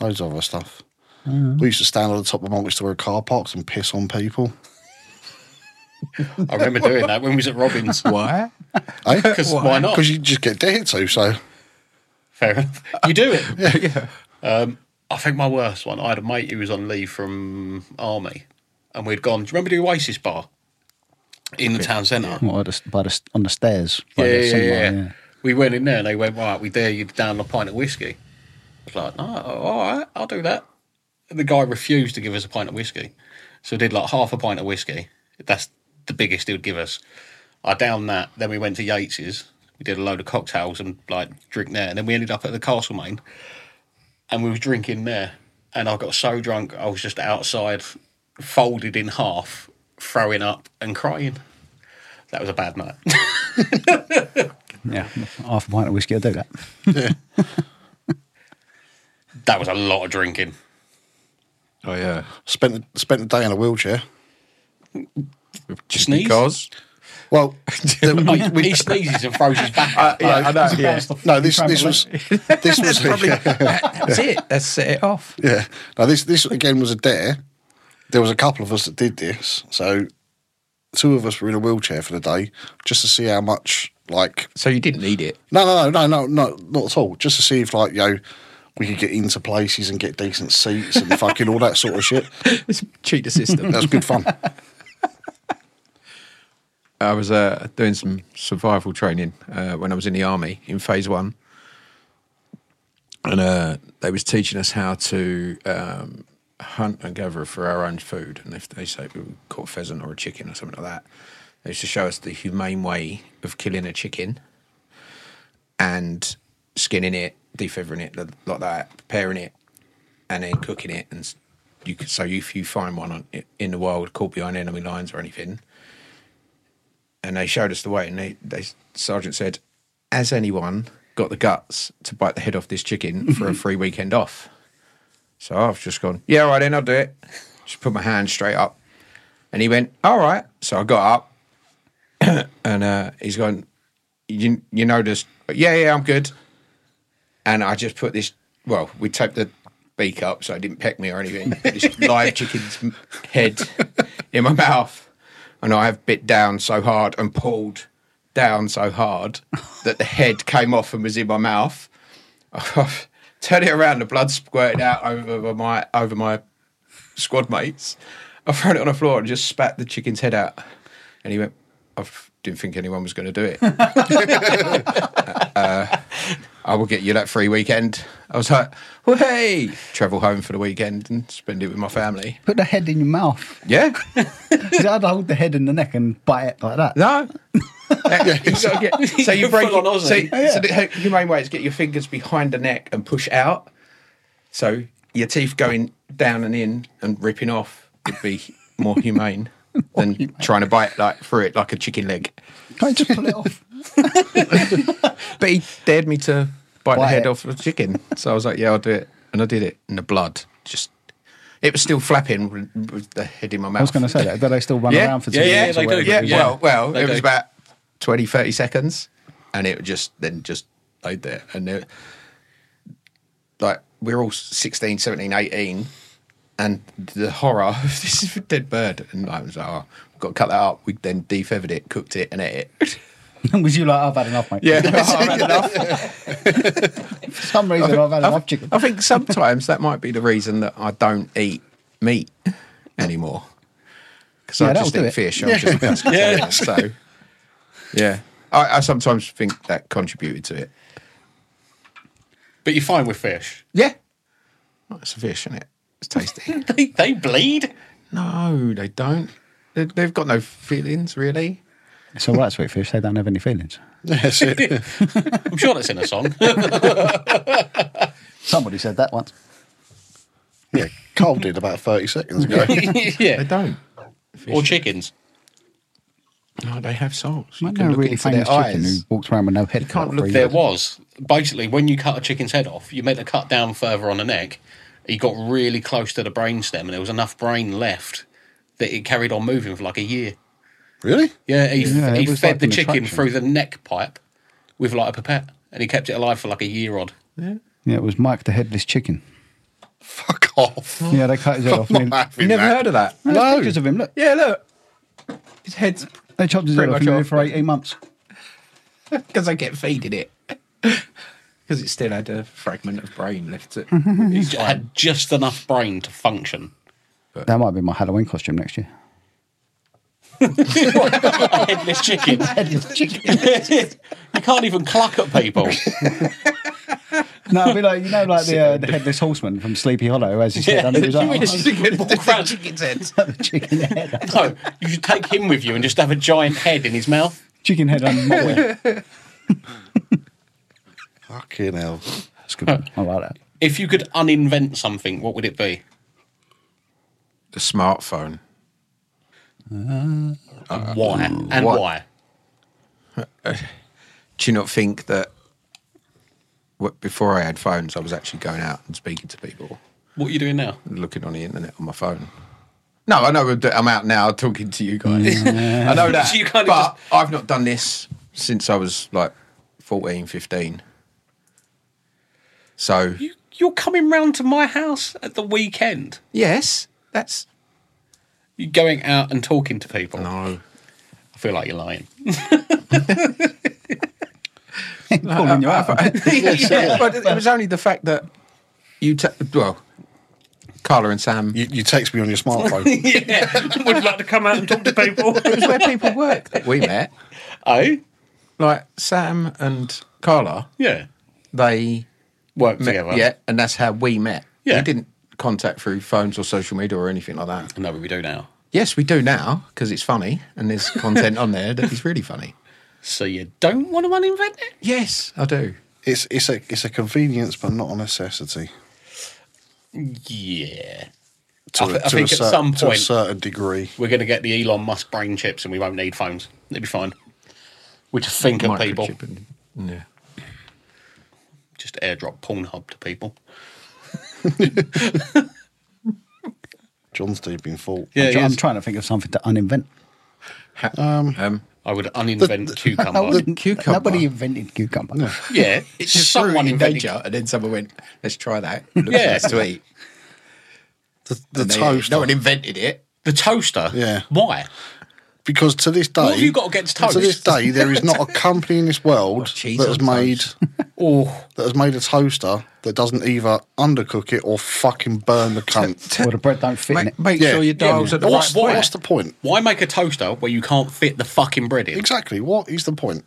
Speaker 1: loads of other stuff. We used to stand on the top of multi-story car parks and piss on people.
Speaker 2: I remember doing that when we was at Robin's.
Speaker 4: Why?
Speaker 2: Because why not?
Speaker 1: Because you just get dared to. So
Speaker 2: Fair enough. You do it. Um,
Speaker 4: yeah.
Speaker 2: I think my worst one, I had a mate who was on leave from army, and we'd gone. Do you remember the Oasis bar in the town centre?
Speaker 3: What, just by the, s- on the stairs. by
Speaker 2: Yeah,
Speaker 3: the
Speaker 2: yeah, yeah,
Speaker 3: cinema,
Speaker 2: yeah. We went in there and they went, right, we dare you to down a pint of whiskey. I was like, no, all right, I'll do that. And the guy refused to give us a pint of whiskey. So we did like half a pint of whiskey. That's the biggest he would give us. I downed that. Then we went to Yates's. We did a load of cocktails and like drink there. And then we ended up at the Castlemaine and we were drinking there. And I got so drunk, I was just outside, folded in half, throwing up and crying. That was a bad night.
Speaker 3: yeah. Half a pint of whiskey, I'll do that.
Speaker 2: That was a lot of drinking.
Speaker 4: Oh yeah.
Speaker 1: spent spent the day in a wheelchair.
Speaker 4: Just
Speaker 2: Sneeze?
Speaker 4: because.
Speaker 1: Well, the- we- we-
Speaker 2: he sneezes and throws his back. up.
Speaker 4: yeah, I know. Yeah.
Speaker 1: no, this this was this was
Speaker 4: That's it. That's set it off.
Speaker 1: yeah. Now this this again was a dare. There was a couple of us that did this, so two of us were in a wheelchair for the day just to see how much like
Speaker 4: So you didn't need it.
Speaker 1: No, no, no, no, no, no, not at all. Just to see if, like, you know, we could get into places and get decent seats and fucking all that sort of shit.
Speaker 4: It's cheat the system.
Speaker 1: That was good fun.
Speaker 4: I was uh, doing some survival training uh, when I was in the army in phase one, and uh, they was teaching us how to um, hunt and gather for our own food. And if they say we caught a pheasant or a chicken or something like that, they used to show us the humane way of killing a chicken and skinning it, defeathering it like that, preparing it, and then cooking it. And s- you could, so if you find one on, in the wild caught behind enemy lines or anything and they showed us the way. And they, they sergeant said, "Has anyone got the guts to bite the head off this chicken for a free weekend off?" So I've just gone, "Yeah, all right then, I'll do it." Just put my hand straight up, and he went, "All right." So I got up, and uh, he's gone, "You you know this? Yeah, yeah, I'm good." And I just put this. Well, we taped the beak up, so it didn't peck me or anything. Put this live chicken's m- head in my mouth, and I have bit down so hard and pulled down so hard that the head came off and was in my mouth. Turn it around, the blood squirted out over my over my squad mates. I thrown it on the floor and just spat the chicken's head out. And he went, I f- didn't think anyone was going to do it. uh, I will get you that free weekend. I was like, hey, travel home for the weekend and spend it with my family.
Speaker 3: Put the head in your mouth.
Speaker 4: Yeah,
Speaker 3: I'd hold the head in the neck and bite it like that.
Speaker 4: no. You gotta get- so you break.
Speaker 2: Full on Aussie.
Speaker 4: so, so the your main way is get your fingers behind the neck and push out. So your teeth going down and in and ripping off would be more humane than trying to bite like through it like a chicken leg.
Speaker 3: Can't you just pull it off?
Speaker 4: But he dared me to bite, the
Speaker 3: Bite
Speaker 4: head
Speaker 3: it.
Speaker 4: off a chicken. So I was like, yeah, I'll do it. And I did it. And the blood just, it was still flapping with- with the head in my mouth.
Speaker 3: I was going to say that. Do they still run
Speaker 4: Yeah.
Speaker 3: around for two
Speaker 2: Yeah, yeah,
Speaker 3: minutes?
Speaker 2: they
Speaker 3: or whatever?
Speaker 2: do.
Speaker 4: Yeah,
Speaker 2: Yeah.
Speaker 4: well, well,
Speaker 2: They
Speaker 4: it was
Speaker 2: do.
Speaker 4: about 20, 30 seconds. And it just, then just laid there. And it, like, we're all 16, 17, 18. And the horror of this is a dead bird. And I was like, oh, we've got to cut that up. We then defeathered it, cooked it, and ate it.
Speaker 3: was you like, I've had enough, mate?
Speaker 4: Yeah. I've had enough.
Speaker 3: For some reason, I've had enough chicken.
Speaker 4: I think sometimes that might be the reason that I don't eat meat anymore. Because
Speaker 3: Yeah,
Speaker 4: I
Speaker 3: that'll
Speaker 4: just
Speaker 3: do
Speaker 4: eat
Speaker 3: it.
Speaker 4: fish. I'm just a pescatarian. So, yeah. I, I sometimes think that contributed to it.
Speaker 2: But you're fine with fish.
Speaker 4: Yeah. Oh, it's a fish, isn't it? It's tasty.
Speaker 2: They, they bleed.
Speaker 4: no, they don't. They, they've got no feelings, really.
Speaker 3: It's all right, sweet fish. They don't have any feelings.
Speaker 1: That's it.
Speaker 2: I'm sure that's in a song.
Speaker 3: Somebody said that once.
Speaker 1: Yeah, Carl did about 30 seconds ago.
Speaker 4: They
Speaker 2: yeah.
Speaker 4: don't.
Speaker 2: Or chickens.
Speaker 4: No, they have souls.
Speaker 3: I know a really famous chicken who walks around with no head. You
Speaker 4: can't look
Speaker 2: There was basically when you cut a chicken's head off, you made the cut down further on the neck. He got really close to the brain stem, and there was enough brain left that it carried on moving for like a year.
Speaker 1: really?
Speaker 2: Yeah, he,
Speaker 3: Yeah, it
Speaker 2: he
Speaker 3: was
Speaker 2: fed
Speaker 3: like
Speaker 2: the
Speaker 3: an
Speaker 2: chicken
Speaker 3: attraction.
Speaker 2: through the neck pipe with like a pipette, and he kept it alive for like a year odd.
Speaker 3: Yeah, it was Mike the Headless Chicken.
Speaker 1: Fuck off.
Speaker 3: Yeah, they cut his
Speaker 4: Oh
Speaker 3: head off.
Speaker 1: I'm not
Speaker 3: and then-
Speaker 1: having
Speaker 4: You never
Speaker 1: that.
Speaker 4: heard of that?
Speaker 3: No, there's pictures of him. Look,
Speaker 4: Yeah, look. His head's
Speaker 3: they chopped his head
Speaker 4: Pretty much
Speaker 3: off and lived
Speaker 4: off.
Speaker 3: for 18 months.
Speaker 4: because I get feeding it. Because it still had a fragment of brain left. To, with
Speaker 2: He
Speaker 4: its
Speaker 2: j- had just enough brain to function.
Speaker 3: That might be my Halloween costume next year.
Speaker 2: A headless chicken.
Speaker 3: Headless Chicken.
Speaker 2: you can't even cluck at people.
Speaker 3: no, it'd be like, you know, like the, uh, the Headless Horseman from Sleepy Hollow who has his head under his arm.
Speaker 2: Walk around-
Speaker 4: chicken's head.
Speaker 3: chicken head.
Speaker 2: No, you should take him with you and just have a giant head in his mouth.
Speaker 3: Chicken head under my wing.
Speaker 1: Fucking hell.
Speaker 3: That's a good. one. I like that.
Speaker 2: If you could uninvent something, what would it be?
Speaker 4: The smartphone.
Speaker 2: Why and
Speaker 4: what?
Speaker 2: why?
Speaker 4: Do you not think that what, before I had phones, I was actually going out and speaking to people,
Speaker 2: What are you doing now?
Speaker 4: and looking on the internet on my phone? No, I know that I'm out now talking to you guys. I know that.
Speaker 2: So Mm, you kind of
Speaker 4: but I've not done this since I was like 14, 15. So
Speaker 2: You, you're coming round to my house at the weekend.
Speaker 4: yes, that's
Speaker 2: You're going out and talking to people.
Speaker 4: no.
Speaker 2: I feel like you're lying.
Speaker 3: Calling you out.
Speaker 4: yeah, but it was only the fact that you ta well, Carla and Sam.
Speaker 1: You, you text me on your smartphone.
Speaker 2: yeah, would you like to come out and talk to people.
Speaker 4: It was where people work that we met.
Speaker 2: oh,
Speaker 4: Like Sam and Carla,
Speaker 2: yeah.
Speaker 4: they
Speaker 2: Work
Speaker 4: met,
Speaker 2: together.
Speaker 4: yeah, and that's how we met.
Speaker 2: Yeah.
Speaker 4: we didn't contact through phones or social media or anything like that.
Speaker 2: I know what we do now.
Speaker 4: Yes, we do now because it's funny and there's content on there that is really funny.
Speaker 2: So you don't want to uninvent it?
Speaker 4: Yes, I do.
Speaker 1: it's, it's, a, it's a convenience, but not a necessity.
Speaker 2: Yeah.
Speaker 1: To,
Speaker 2: I thi-
Speaker 1: a-
Speaker 2: I
Speaker 1: to
Speaker 2: think
Speaker 1: a
Speaker 2: at
Speaker 1: cer-
Speaker 2: some
Speaker 1: to a
Speaker 2: point-
Speaker 1: certain degree.
Speaker 2: We're going to get the Elon Musk brain chips and we won't need phones. It'll be fine. We just think of people.
Speaker 4: Microchip and- yeah.
Speaker 2: Just airdrop Pornhub to people.
Speaker 1: John's deep in fault.
Speaker 2: Yeah,
Speaker 3: I'm
Speaker 2: yes.
Speaker 3: trying to think of something to uninvent.
Speaker 4: Um,
Speaker 2: I would uninvent
Speaker 3: I
Speaker 2: cucumber.
Speaker 3: wouldn't-
Speaker 4: Cucumber.
Speaker 3: Nobody invented cucumber.
Speaker 2: Yeah,
Speaker 4: it's just someone in danger, and then someone went, "Let's try that. Looks
Speaker 2: Yeah.
Speaker 4: nice to eat."
Speaker 1: The, the
Speaker 4: And they-
Speaker 1: toast.
Speaker 4: No one invented it.
Speaker 2: the toaster.
Speaker 1: Yeah.
Speaker 2: why?
Speaker 1: because to this day.
Speaker 2: What have you got against toast?
Speaker 1: To this day, there is not a company in this world
Speaker 4: cheese
Speaker 1: that has
Speaker 4: on
Speaker 1: made
Speaker 4: toast.
Speaker 2: Oh,
Speaker 1: that has made a toaster that doesn't either undercook it or fucking burn the cunt.
Speaker 3: Or the bread don't fit in it.
Speaker 4: Make, make
Speaker 1: Yeah.
Speaker 4: sure your dials at the
Speaker 1: what's,
Speaker 4: right
Speaker 1: what's the point?
Speaker 2: why make a toaster where you can't fit the fucking bread in?
Speaker 1: Exactly. What is the point?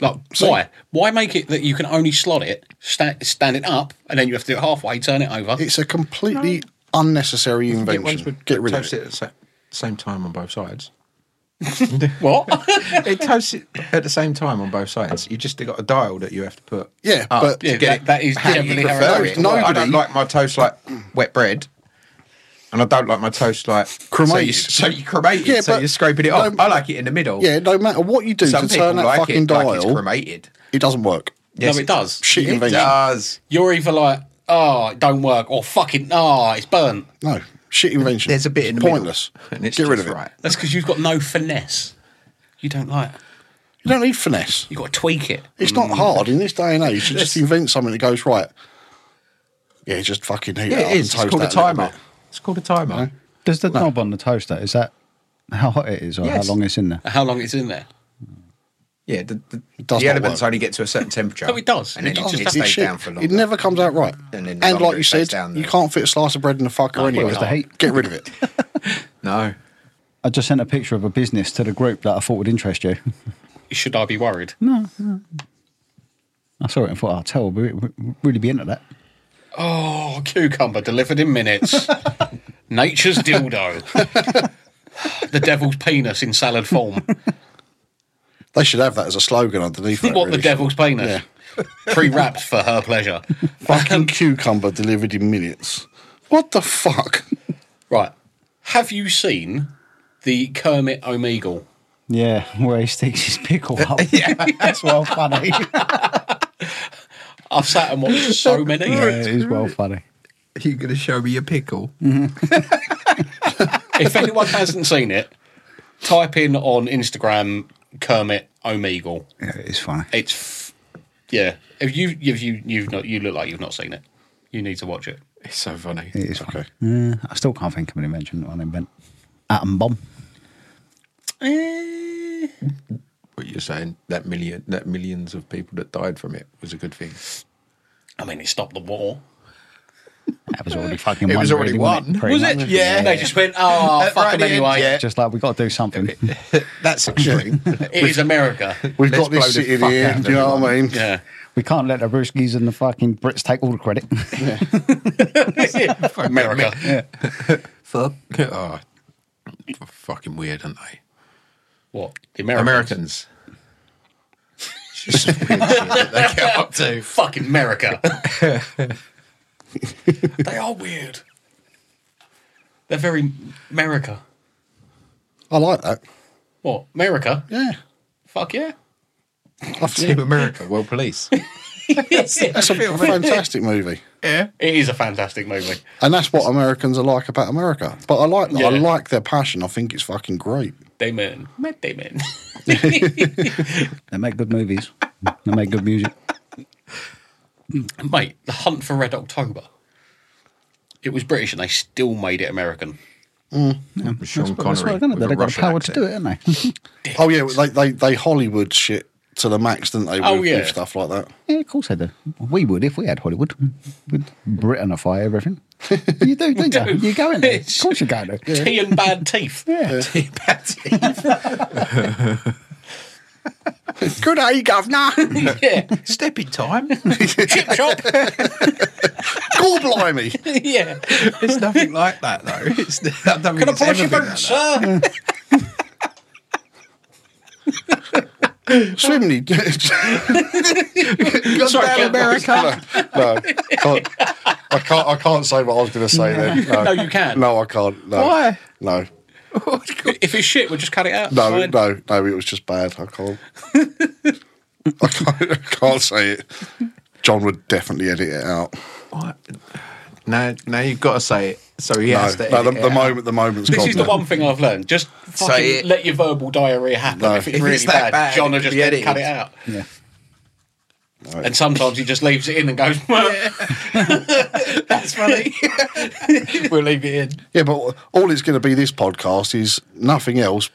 Speaker 2: Like, why? Why make it that you can only slot it, sta stand it up, and then you have to do it halfway, turn it over?
Speaker 1: It's a completely unnecessary
Speaker 4: Get ones
Speaker 1: invention.
Speaker 4: with
Speaker 1: Get rid of
Speaker 4: toast
Speaker 1: it.
Speaker 4: at the sa- same time on both sides.
Speaker 2: what?
Speaker 4: it toasts it at the same time on both sides. You just got a dial that you have to put.
Speaker 1: Yeah,
Speaker 4: up
Speaker 1: but-
Speaker 4: to
Speaker 2: Yeah,
Speaker 4: get
Speaker 2: that- that
Speaker 4: it
Speaker 2: is
Speaker 4: how you
Speaker 2: generally
Speaker 4: prefer
Speaker 2: how it is.
Speaker 4: it. Like, I
Speaker 1: Nobody-
Speaker 4: don't like my toast like wet bread, and I don't like my toast like
Speaker 1: Cremated.
Speaker 4: So you, so you cremate it,
Speaker 1: Yeah,
Speaker 4: so
Speaker 1: but
Speaker 4: you're scraping it off.
Speaker 1: no-
Speaker 4: I like it in the middle.
Speaker 1: Yeah, no matter what you do
Speaker 4: some
Speaker 1: to
Speaker 4: people
Speaker 1: turn that
Speaker 4: like
Speaker 1: fucking
Speaker 4: it like it's
Speaker 1: dial,
Speaker 4: cremated.
Speaker 1: it doesn't work.
Speaker 4: Yes,
Speaker 2: no, it does.
Speaker 1: Shit
Speaker 4: It
Speaker 1: invention.
Speaker 4: does.
Speaker 2: You're either like, oh, it don't work, or fucking, oh, it's burnt.
Speaker 1: No, shit invention.
Speaker 4: There's a bit in the
Speaker 1: It's pointless.
Speaker 4: middle, and it's
Speaker 1: Get rid
Speaker 4: just
Speaker 1: of it.
Speaker 4: right.
Speaker 2: That's because you've got no finesse. You don't like.
Speaker 1: You don't need finesse.
Speaker 2: You got to tweak it.
Speaker 1: It's not
Speaker 4: Mm.
Speaker 1: hard in this day and age to just invent something that goes right. Yeah, just fucking heat
Speaker 4: Yeah,
Speaker 1: it up
Speaker 4: it is.
Speaker 1: and
Speaker 4: It's
Speaker 1: toast
Speaker 4: called a
Speaker 1: that little
Speaker 4: timer.
Speaker 1: bit.
Speaker 4: It's called a timer.
Speaker 3: Does the knob on the toaster, is that how hot it is or
Speaker 4: Yes.
Speaker 3: how long it's in there?
Speaker 2: How long it's in there?
Speaker 4: Yeah, the, the,
Speaker 1: does
Speaker 4: the
Speaker 1: not
Speaker 4: elements
Speaker 1: work.
Speaker 4: only get to a certain temperature.
Speaker 2: No, it does.
Speaker 4: And
Speaker 2: It
Speaker 4: it,
Speaker 2: does.
Speaker 4: just
Speaker 1: It's
Speaker 4: stays
Speaker 1: shit.
Speaker 4: down for
Speaker 1: It
Speaker 4: longer.
Speaker 1: never comes out right.
Speaker 4: And
Speaker 1: And,
Speaker 4: then the
Speaker 1: like
Speaker 4: longer
Speaker 1: you
Speaker 4: it stays
Speaker 1: said,
Speaker 4: down,
Speaker 1: you
Speaker 4: the-
Speaker 1: can't fit a slice of bread in the fucker anyway.
Speaker 3: was the heat.
Speaker 1: Get rid of it.
Speaker 4: No.
Speaker 3: I just sent a picture of a business to the group that I thought would interest you.
Speaker 2: Should I be worried?
Speaker 3: I saw it and thought, I'll tell, we we- really be into that.
Speaker 2: Oh, cucumber delivered in minutes. Nature's dildo. the devil's penis in salad form.
Speaker 1: They should have that as a slogan underneath. That,
Speaker 2: what
Speaker 1: really.
Speaker 2: the devil's penis? Pre-wrapped for her pleasure.
Speaker 1: Fucking cucumber delivered in minutes. What the fuck?
Speaker 2: Right. Have you seen the Kermit Omegle?
Speaker 3: Yeah, where he sticks his pickle up. yeah, that's well funny.
Speaker 2: I've sat and watched so many.
Speaker 3: yeah, it is well funny.
Speaker 4: Are you going to show me your pickle?
Speaker 2: If anyone hasn't seen it, type in on Instagram Kermit Omegle.
Speaker 3: Yeah, it is funny.
Speaker 2: It's f- yeah. If you if you you've not you look like you've not seen it. You need to watch it.
Speaker 4: It's so funny.
Speaker 3: It is
Speaker 1: Okay.
Speaker 3: funny. Yeah, I still can't think of an invention that I invent. Atom bomb.
Speaker 4: What you're saying, that million, that millions of people that died from it was a good thing.
Speaker 2: I mean, it stopped the war.
Speaker 3: That was already fucking
Speaker 4: It
Speaker 3: won.
Speaker 4: was already
Speaker 3: really, wasn't
Speaker 4: won.
Speaker 3: Pretty
Speaker 2: Was
Speaker 3: much.
Speaker 2: it? Yeah. They just went, oh,
Speaker 4: At
Speaker 2: fuck
Speaker 4: right
Speaker 2: them
Speaker 4: end,
Speaker 2: anyway.
Speaker 4: yeah.
Speaker 3: Just like, we've got to do something.
Speaker 4: That's extreme.
Speaker 2: It is America.
Speaker 1: We've
Speaker 4: Let's
Speaker 1: got this
Speaker 4: blow the
Speaker 1: city
Speaker 4: fuck
Speaker 1: here.
Speaker 4: out of
Speaker 1: Do you know what I mean?
Speaker 2: Yeah.
Speaker 3: We can't let the Brewskis and the fucking Brits take all the credit.
Speaker 2: America.
Speaker 4: Fuck. Oh, f- fucking weird, aren't they?
Speaker 2: What? The Americans.
Speaker 4: Americans. It's just some weird shit that they get up to.
Speaker 2: Fucking America. they are weird. They're very America.
Speaker 1: I like that.
Speaker 2: What? America?
Speaker 1: Yeah.
Speaker 2: Fuck yeah.
Speaker 4: Team America, World Police.
Speaker 2: it
Speaker 1: That's a fantastic movie.
Speaker 4: Yeah.
Speaker 2: is a fantastic movie.
Speaker 1: And that's what Americans are like about America. But I like that. I
Speaker 2: Yeah.
Speaker 1: like their passion. I think it's fucking great.
Speaker 2: They mean. They mean.
Speaker 3: they make good movies. They make good music.
Speaker 2: Mate, The Hunt for Red October. It was British and they still made it American.
Speaker 4: Sean
Speaker 3: That's what
Speaker 4: Connery.
Speaker 3: they're going to
Speaker 4: with
Speaker 3: do.
Speaker 4: a
Speaker 3: They've got the
Speaker 4: Russian
Speaker 3: power
Speaker 4: accent.
Speaker 3: to do it, haven't they?
Speaker 1: Oh yeah, they they, they Hollywood shit to the max, didn't they? With,
Speaker 2: Oh, yeah.
Speaker 1: with stuff like that.
Speaker 3: Yeah, of course they do. We would if we had Hollywood. We'd Britanify everything. You do, don't you?
Speaker 2: do.
Speaker 3: You go in there. Of
Speaker 2: It's-
Speaker 3: course you go there.
Speaker 2: Tea and bad teeth.
Speaker 3: Yeah.
Speaker 1: Good day, governor.
Speaker 2: yeah.
Speaker 4: Step in time.
Speaker 2: Chip shop.
Speaker 1: God blimey.
Speaker 2: yeah.
Speaker 4: It's nothing like that, though. It's, I don't think
Speaker 2: Can I
Speaker 4: it's
Speaker 2: polish your
Speaker 4: ever been
Speaker 2: boots,
Speaker 4: like
Speaker 2: sir?
Speaker 1: Swimney. Sorry,
Speaker 2: Sorry,
Speaker 4: that. America.
Speaker 1: No, no. I can't. I can't say what I was going to say then. No.
Speaker 2: No, you can.
Speaker 1: No, I can't. No.
Speaker 4: Why?
Speaker 1: No.
Speaker 2: If it's shit, we'll just cut it out.
Speaker 1: No,
Speaker 2: Fine.
Speaker 1: no, no, it was just bad. I can't. I can't, I can't say it. John would definitely edit it out.
Speaker 4: What? No, no, you've got to say it. So he has
Speaker 1: no, no
Speaker 4: to.
Speaker 1: the,
Speaker 4: edit
Speaker 1: the
Speaker 4: it out.
Speaker 1: moment, the moment's
Speaker 2: This
Speaker 1: gone.
Speaker 2: is the
Speaker 1: now.
Speaker 2: one thing I've learned. Just fucking
Speaker 4: it.
Speaker 2: let your verbal diarrhea happen.
Speaker 1: No.
Speaker 2: If it's
Speaker 1: If
Speaker 2: really
Speaker 4: it's
Speaker 2: bad,
Speaker 4: that bad,
Speaker 2: John will
Speaker 4: it
Speaker 2: just
Speaker 4: can be
Speaker 2: cut it
Speaker 4: edited.
Speaker 2: out.
Speaker 3: Yeah.
Speaker 2: And sometimes he just leaves it in and goes,
Speaker 4: That's funny. we'll leave it in.
Speaker 1: Yeah, but all it's going to be this podcast is nothing else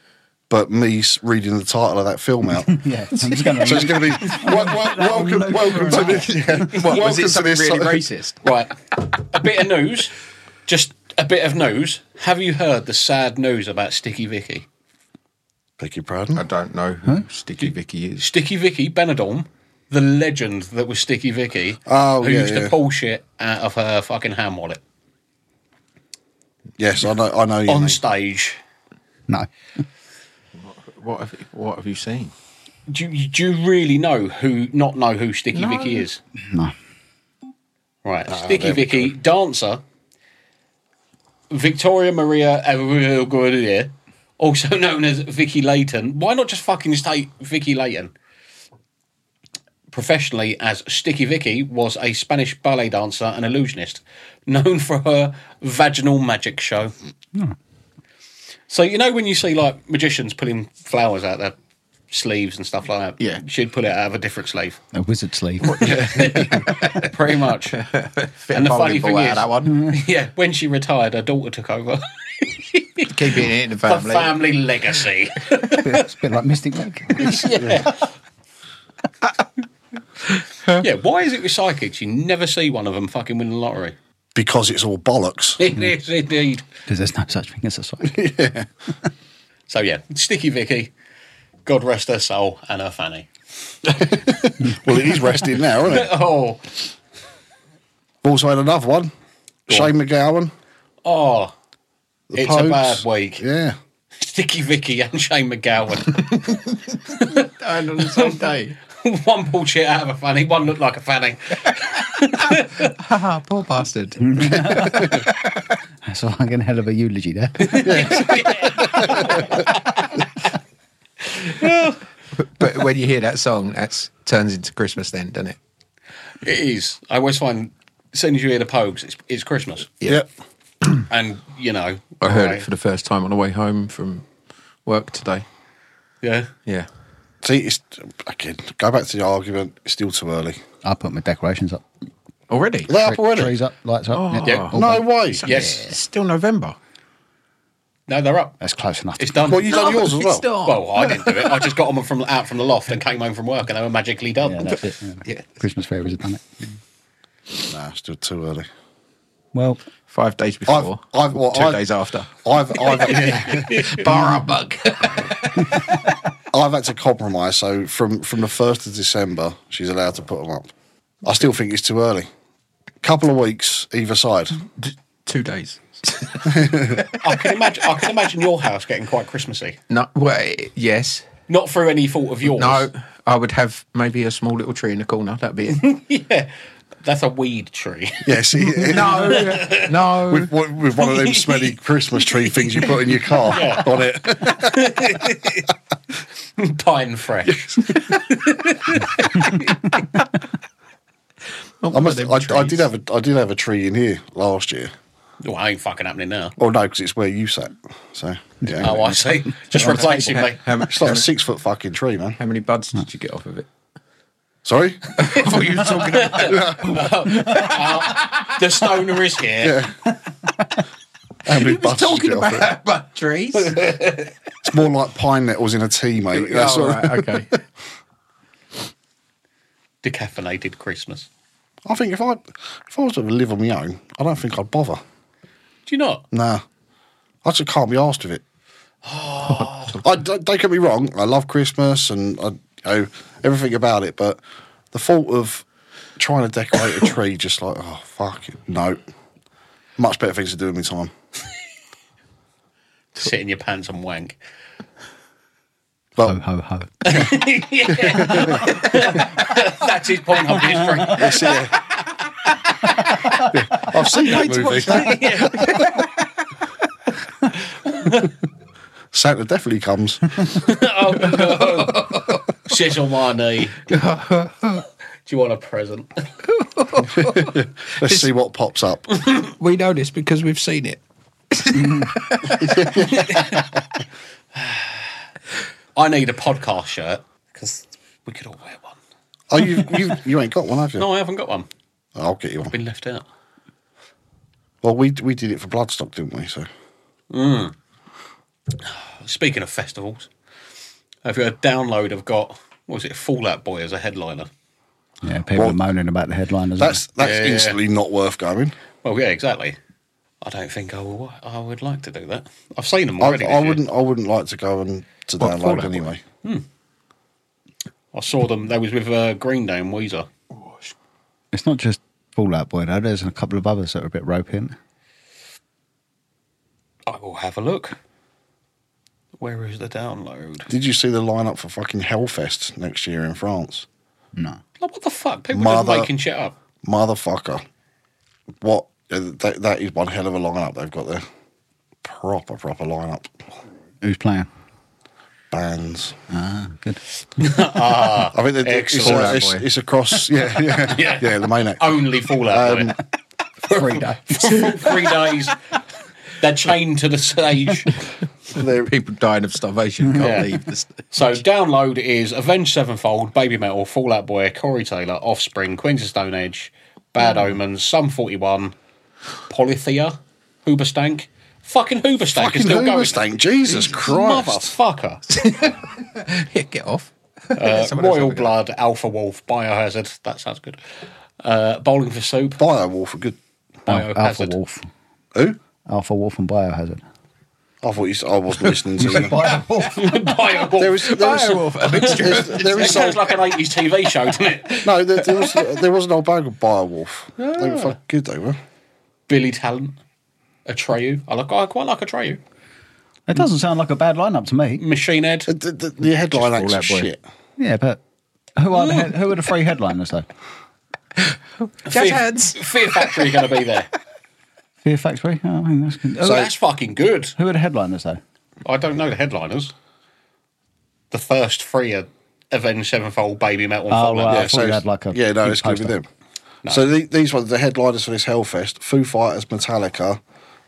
Speaker 1: but me s- reading the title of that film out. so
Speaker 3: Yeah. I'm just going
Speaker 1: it's
Speaker 3: to.
Speaker 1: going to be wel- wel- welcome, welcome to this. Yeah,
Speaker 4: Was
Speaker 1: welcome
Speaker 4: it
Speaker 1: to
Speaker 4: something
Speaker 1: this.
Speaker 4: really racist?
Speaker 2: Right. A bit of news. Just a bit of news. Have you heard the sad news about Sticky Vicky?
Speaker 1: Pick your pardon.
Speaker 4: I don't know who Sticky Vicky is.
Speaker 2: Sticky Vicky Benadorm, the legend that was Sticky Vicky,
Speaker 1: Oh,
Speaker 2: who
Speaker 1: yeah,
Speaker 2: used
Speaker 1: yeah.
Speaker 2: to pull shit out of her fucking hand wallet
Speaker 1: yes, I know. I know. You
Speaker 2: on
Speaker 1: mean.
Speaker 2: stage.
Speaker 3: No.
Speaker 4: What have, what have you seen?
Speaker 2: Do you, do you really know who not know who Sticky Vicky is?
Speaker 3: No.
Speaker 2: Right, Sticky Vicky, dancer, Victoria Maria Everguardia, also known as Vicky Layton. Why not just fucking state Vicky Layton? Professionally, as Sticky Vicky was a Spanish ballet dancer and illusionist, known for her vaginal magic show. Hmm. So you know when you see like magicians pulling flowers out their sleeves and stuff like that.
Speaker 4: Yeah.
Speaker 2: she'd pull it out of a different sleeve
Speaker 3: A wizard sleeve.
Speaker 2: pretty much. and the funny
Speaker 4: Bowling ball
Speaker 2: thing
Speaker 4: out
Speaker 2: is,
Speaker 4: of that one.
Speaker 2: yeah, when she retired, her daughter took over
Speaker 4: Keeping it in
Speaker 2: the
Speaker 4: the family.
Speaker 2: family legacy.
Speaker 3: it's a bit like Mystic Meg.
Speaker 2: yeah. yeah. Why is it with psychics? You never see one of them fucking win the lottery.
Speaker 1: Because it's all bollocks.
Speaker 2: It is indeed.
Speaker 3: Because there's no such thing as a side.
Speaker 2: So yeah, Sticky Vicky. God rest her soul and her fanny.
Speaker 1: Well, it is resting now, isn't it?
Speaker 2: Oh,
Speaker 1: Also had another one. Shane McGowan.
Speaker 2: oh,
Speaker 1: The
Speaker 2: it's a
Speaker 1: Pogues.
Speaker 2: bad week.
Speaker 1: Yeah.
Speaker 2: Sticky Vicky and Shane McGowan.
Speaker 4: And on the same day.
Speaker 2: one pulled shit out of a fanny. One looked like a fanny.
Speaker 4: Haha, Ah, poor bastard.
Speaker 1: Mm.
Speaker 3: That's a fucking hell of a eulogy there.
Speaker 4: but when you hear that song, that turns into Christmas then, doesn't it?
Speaker 2: It is. I always find as soon as you hear the Pogues, it's, it's Christmas,
Speaker 1: Yep.
Speaker 2: and you know.
Speaker 4: I heard
Speaker 2: right.
Speaker 4: it for the first time on the way home from work today.
Speaker 2: yeah.
Speaker 4: Yeah.
Speaker 1: See, it's again. Go back to the argument. It's still too early.
Speaker 3: I put my decorations up.
Speaker 4: Already?
Speaker 1: They up already.
Speaker 3: Trees up, lights up.
Speaker 4: Oh.
Speaker 2: Yeah.
Speaker 3: all
Speaker 1: No
Speaker 3: done.
Speaker 1: way.
Speaker 2: Yes.
Speaker 4: It's still November.
Speaker 2: No, they're up.
Speaker 3: That's close enough.
Speaker 2: It's done.
Speaker 1: Well, you done yours as well.
Speaker 4: It's not.
Speaker 2: Well, I didn't do it. I just got them from out from the loft and came home from work, and they were magically done.
Speaker 3: Yeah, that's it. Yeah.
Speaker 4: Yeah.
Speaker 3: Christmas fairies have done it.
Speaker 1: Nah, still too early.
Speaker 3: Well,
Speaker 4: Five days before,
Speaker 1: I've- well,
Speaker 4: 2
Speaker 1: I've-
Speaker 4: days after.
Speaker 1: I've I've,
Speaker 4: Bar a bug.
Speaker 1: I've had to compromise. So from from the first of December, she's allowed to put them up. I still think it's too early. Couple of weeks either side.
Speaker 4: Two days.
Speaker 2: I can imagine. I can imagine your house getting quite Christmassy.
Speaker 4: No, well, yes.
Speaker 2: Not through any fault of yours.
Speaker 4: No, I would have maybe a small little tree in the corner. That'd be it.
Speaker 2: Yeah. That's a weed tree.
Speaker 1: Yes. it-
Speaker 4: no, no.
Speaker 1: With, with one of them smelly Christmas tree things you put in your car on it.
Speaker 2: Pine fresh.
Speaker 4: Not
Speaker 1: I
Speaker 4: one
Speaker 1: must.
Speaker 4: of them
Speaker 1: I, I
Speaker 4: trees.
Speaker 1: did have a. I did have a tree in here last year.
Speaker 2: Well, I ain't fucking happening now.
Speaker 1: Oh no, because it's where you sat. So yeah,
Speaker 2: Oh, I see. Just replacing me.
Speaker 4: How much?
Speaker 1: it's like a six foot fucking tree, man.
Speaker 4: How many buds did you get off of it?
Speaker 1: Sorry.
Speaker 4: I thought you were talking about
Speaker 2: Uh, The stoner is here.
Speaker 1: How many buds did you
Speaker 4: talking
Speaker 1: get off it?
Speaker 4: about bud trees.
Speaker 1: It's more like pine nettles in a tea, mate. That's
Speaker 4: oh,
Speaker 1: what-
Speaker 4: right, okay.
Speaker 2: Decaffeinated Christmas.
Speaker 1: I think if I if I was to live on my own, I don't think I'd bother.
Speaker 2: Do you not?
Speaker 1: Nah, I just can't be asked with it. I don't, don't get me wrong. I love Christmas and I, you know, everything about it, but the thought of trying to decorate a tree, just like oh fuck it, no. Much better things to do in my time.
Speaker 2: Sit in your pants and wank.
Speaker 3: ho,
Speaker 1: But
Speaker 3: ho, ho.
Speaker 2: That's his point of history.
Speaker 1: that's it. Yeah. I've seen that movie. Santa definitely comes.
Speaker 2: oh, no. Sit on my knee. Do you want a present?
Speaker 1: Let's see what pops up.
Speaker 4: We know this because we've seen it.
Speaker 2: I need a podcast shirt because we could all wear one.
Speaker 1: Oh, you you you ain't got one, have you?
Speaker 2: No, I haven't got one.
Speaker 1: I'll get you one.
Speaker 2: Been left out.
Speaker 1: Well, we we did it for Bloodstock, didn't we? So
Speaker 2: Speaking of festivals, I've got a download. I've got what was it? Fallout Boy as a headliner.
Speaker 3: Yeah, people are moaning about the headliners.
Speaker 1: that's that's
Speaker 2: Yeah.
Speaker 1: instantly not worth going.
Speaker 2: Well, yeah, exactly. I don't think I will. I would like to do that. I've seen them
Speaker 1: I,
Speaker 2: already. this
Speaker 1: I
Speaker 2: year.
Speaker 1: wouldn't I wouldn't like to go and to
Speaker 4: What,
Speaker 1: download
Speaker 4: Fallout
Speaker 1: anyway.
Speaker 2: I saw them. They was with uh, Green Day and Weezer.
Speaker 3: It's not just Fallout Boy, though. There's a couple of others that are a bit roping.
Speaker 2: I will have a look. Where is the download?
Speaker 1: Did you see the lineup for fucking Hellfest next year in France?
Speaker 3: No.
Speaker 2: Like, what the fuck? People
Speaker 1: Mother-
Speaker 2: just making shit up.
Speaker 1: Motherfucker. What? uh, That, that is one hell of a lineup they've got there. Proper, proper lineup.
Speaker 3: Who's playing?
Speaker 1: Bands.
Speaker 3: Ah, good.
Speaker 1: I think they- it's,
Speaker 2: Ah, Excellent.
Speaker 1: uh, it's,
Speaker 4: Fallout Boy.
Speaker 1: it's across. Yeah, yeah, yeah. the main act.
Speaker 2: Only Fallout
Speaker 1: Um,
Speaker 2: Boy.
Speaker 3: Three days.
Speaker 2: For three days. They're chained to the stage.
Speaker 1: They're-
Speaker 4: People dying of starvation can't
Speaker 2: Yeah.
Speaker 4: leave. This.
Speaker 2: So download is Avenged Sevenfold, Baby Metal, Fallout Boy, Corey Taylor, Offspring, Queens of Stone Age, Bad Omens, Sum 41, Polythea, Hoobastank. Fucking Hoobastank
Speaker 1: fucking
Speaker 2: is still going.
Speaker 1: Hooverstank. Jesus Christ.
Speaker 2: Motherfucker.
Speaker 4: Yeah, get off.
Speaker 2: Uh,
Speaker 4: Someone else
Speaker 2: Royal
Speaker 4: have a go.
Speaker 2: Blood, Alpha Wolf, Biohazard. That sounds good. Uh, Bowling for Soup,
Speaker 1: Biowolf are good.
Speaker 2: Biohazard.
Speaker 3: Oh, Alpha Wolf.
Speaker 1: Who?
Speaker 3: Alpha Wolf and Biohazard.
Speaker 1: I thought you said, I wasn't listening to you.
Speaker 3: Biowolf.
Speaker 2: Biowolf.
Speaker 1: There was, there was,
Speaker 4: Werewolf, a mixture.
Speaker 1: there's- there
Speaker 2: That
Speaker 1: is some,
Speaker 2: sounds like an 80s TV show, doesn't it?
Speaker 1: no, there, there was uh, there was an old bag of Biowolf.
Speaker 2: Ah.
Speaker 1: They were fucking good, they were.
Speaker 2: Billy Talent, Atreyu. I, like, I quite like Atreyu.
Speaker 3: it doesn't sound like a bad lineup to me.
Speaker 2: Machine Head.
Speaker 1: Uh, The, the, the headline acts
Speaker 4: Just
Speaker 1: are
Speaker 4: Fallout Boy.
Speaker 1: shit.
Speaker 3: Yeah, but who are the head, who are the three headliners though?
Speaker 4: Jazz hands.
Speaker 2: Fear Factory going to be there.
Speaker 3: Fear Factory. Oh, I mean, that's good.
Speaker 2: So
Speaker 3: who,
Speaker 2: that's fucking good.
Speaker 3: who are the headliners though?
Speaker 2: I don't know the headliners. The first three are Avenged Sevenfold, Baby Metal, and
Speaker 3: Oh,
Speaker 2: Fallout.
Speaker 3: right. I
Speaker 1: Yeah,
Speaker 3: thought you had like a
Speaker 1: yeah, no,
Speaker 3: big
Speaker 1: it's going to be
Speaker 3: poster.
Speaker 1: them. So the, these ones, the headliners for this Hellfest: Foo Fighters, Metallica,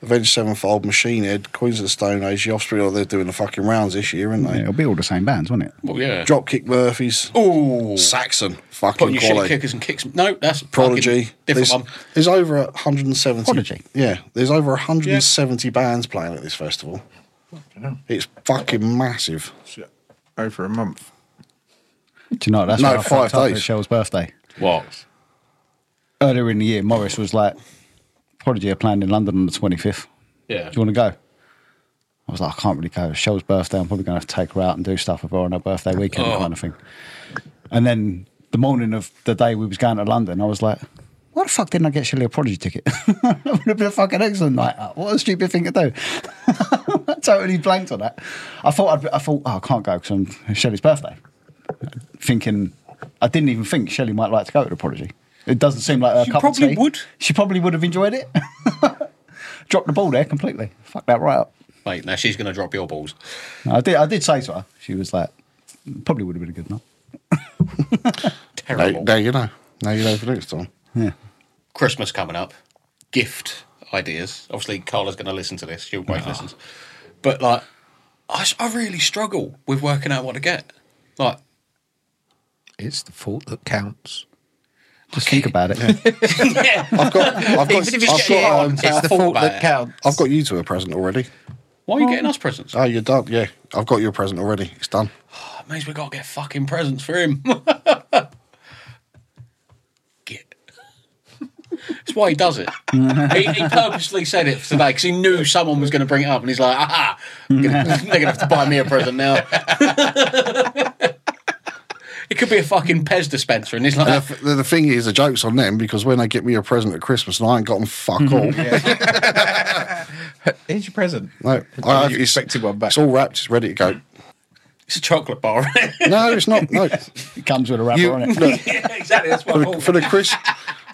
Speaker 1: Avenged Sevenfold, Machine Head, Queens of the Stone Age, The Offspring. Oh, they're doing the fucking rounds this year, aren't
Speaker 3: Yeah,
Speaker 1: they?
Speaker 3: it'll be all the same bands, won't it?
Speaker 2: Well, yeah.
Speaker 1: Dropkick Murphys,
Speaker 2: Ooh.
Speaker 1: Saxon, fucking
Speaker 2: Putting your shit at
Speaker 1: quality.
Speaker 2: kickers and kicks. No, that's fucking
Speaker 1: Prodigy.
Speaker 2: Different
Speaker 1: there's,
Speaker 2: one.
Speaker 1: There's over 170.
Speaker 3: Prodigy?
Speaker 1: Yeah, there's over 170 bands playing at this festival. It's fucking massive.
Speaker 4: Over a month.
Speaker 3: Do you know what? that's
Speaker 1: No,
Speaker 3: what I fucked
Speaker 1: five
Speaker 3: up at
Speaker 1: days.
Speaker 3: Shell's birthday.
Speaker 2: What?
Speaker 3: Earlier in the year, Morris was like, "Prodigy are playing in London on the 25th.
Speaker 2: Yeah.
Speaker 3: Do you want to go?" I was like, "I can't really go. It's Shell's birthday. I'm probably going to have to take her out and do stuff with her on her birthday weekend, kind of thing." And then the morning of the day we was going to London, I was like. Why the fuck didn't I get Shelley a Prodigy ticket? that would have been a fucking excellent night out. What a stupid thing to do. I totally blanked on that. I thought I'd, I thought oh, I can't go because it's Shelley's birthday. Thinking I didn't even think Shelley might like to go to the Prodigy. It doesn't seem like her
Speaker 2: She
Speaker 3: cup
Speaker 2: probably
Speaker 3: of tea.
Speaker 2: would.
Speaker 3: She probably would have enjoyed it. Dropped the ball there completely. Fuck that right up.
Speaker 2: Mate, now she's going to drop your balls.
Speaker 3: I did. I did say to her. She was like, probably would have been a good night.
Speaker 1: Now,
Speaker 2: Terrible.
Speaker 1: now you know. Now you know for next time.
Speaker 2: Christmas coming up. Gift ideas. Obviously, Carla's going to listen to this. She'll both listens. But, like, I, s- I really struggle with working out what to get. Like,
Speaker 4: It's the fault that counts.
Speaker 3: Just think about it.
Speaker 2: yeah.
Speaker 1: I've got, I've got,
Speaker 2: Even if it's
Speaker 1: I've
Speaker 2: shit,
Speaker 1: got, um,
Speaker 4: uh,
Speaker 2: it's the fault that
Speaker 4: counts.
Speaker 1: I've got you to a present already.
Speaker 2: Why are you getting us presents?
Speaker 1: Oh, you're done. Yeah, I've got you a present already. It's done.
Speaker 2: That means we got to get fucking presents for him. get. That's why he does it. he, he purposely said it today because he knew someone was going to bring it up, and he's like, "Aha! I'm gonna- They're going to have to buy me a present now." it could be a fucking Pez dispenser, and he's like,
Speaker 1: The, the, the thing is, the joke's on them because when they get me a present at Christmas and I ain't got them fuck all.
Speaker 4: Here's your present.
Speaker 1: No,
Speaker 4: You
Speaker 1: I have, it's,
Speaker 4: expected one back.
Speaker 1: it's all wrapped. It's ready to go.
Speaker 2: "It's a chocolate bar."
Speaker 1: No, it's not. No,
Speaker 3: It comes with a wrapper
Speaker 1: You-
Speaker 3: on it.
Speaker 1: look,
Speaker 2: yeah, exactly. That's what
Speaker 1: for
Speaker 2: I'm
Speaker 1: the, for the Chris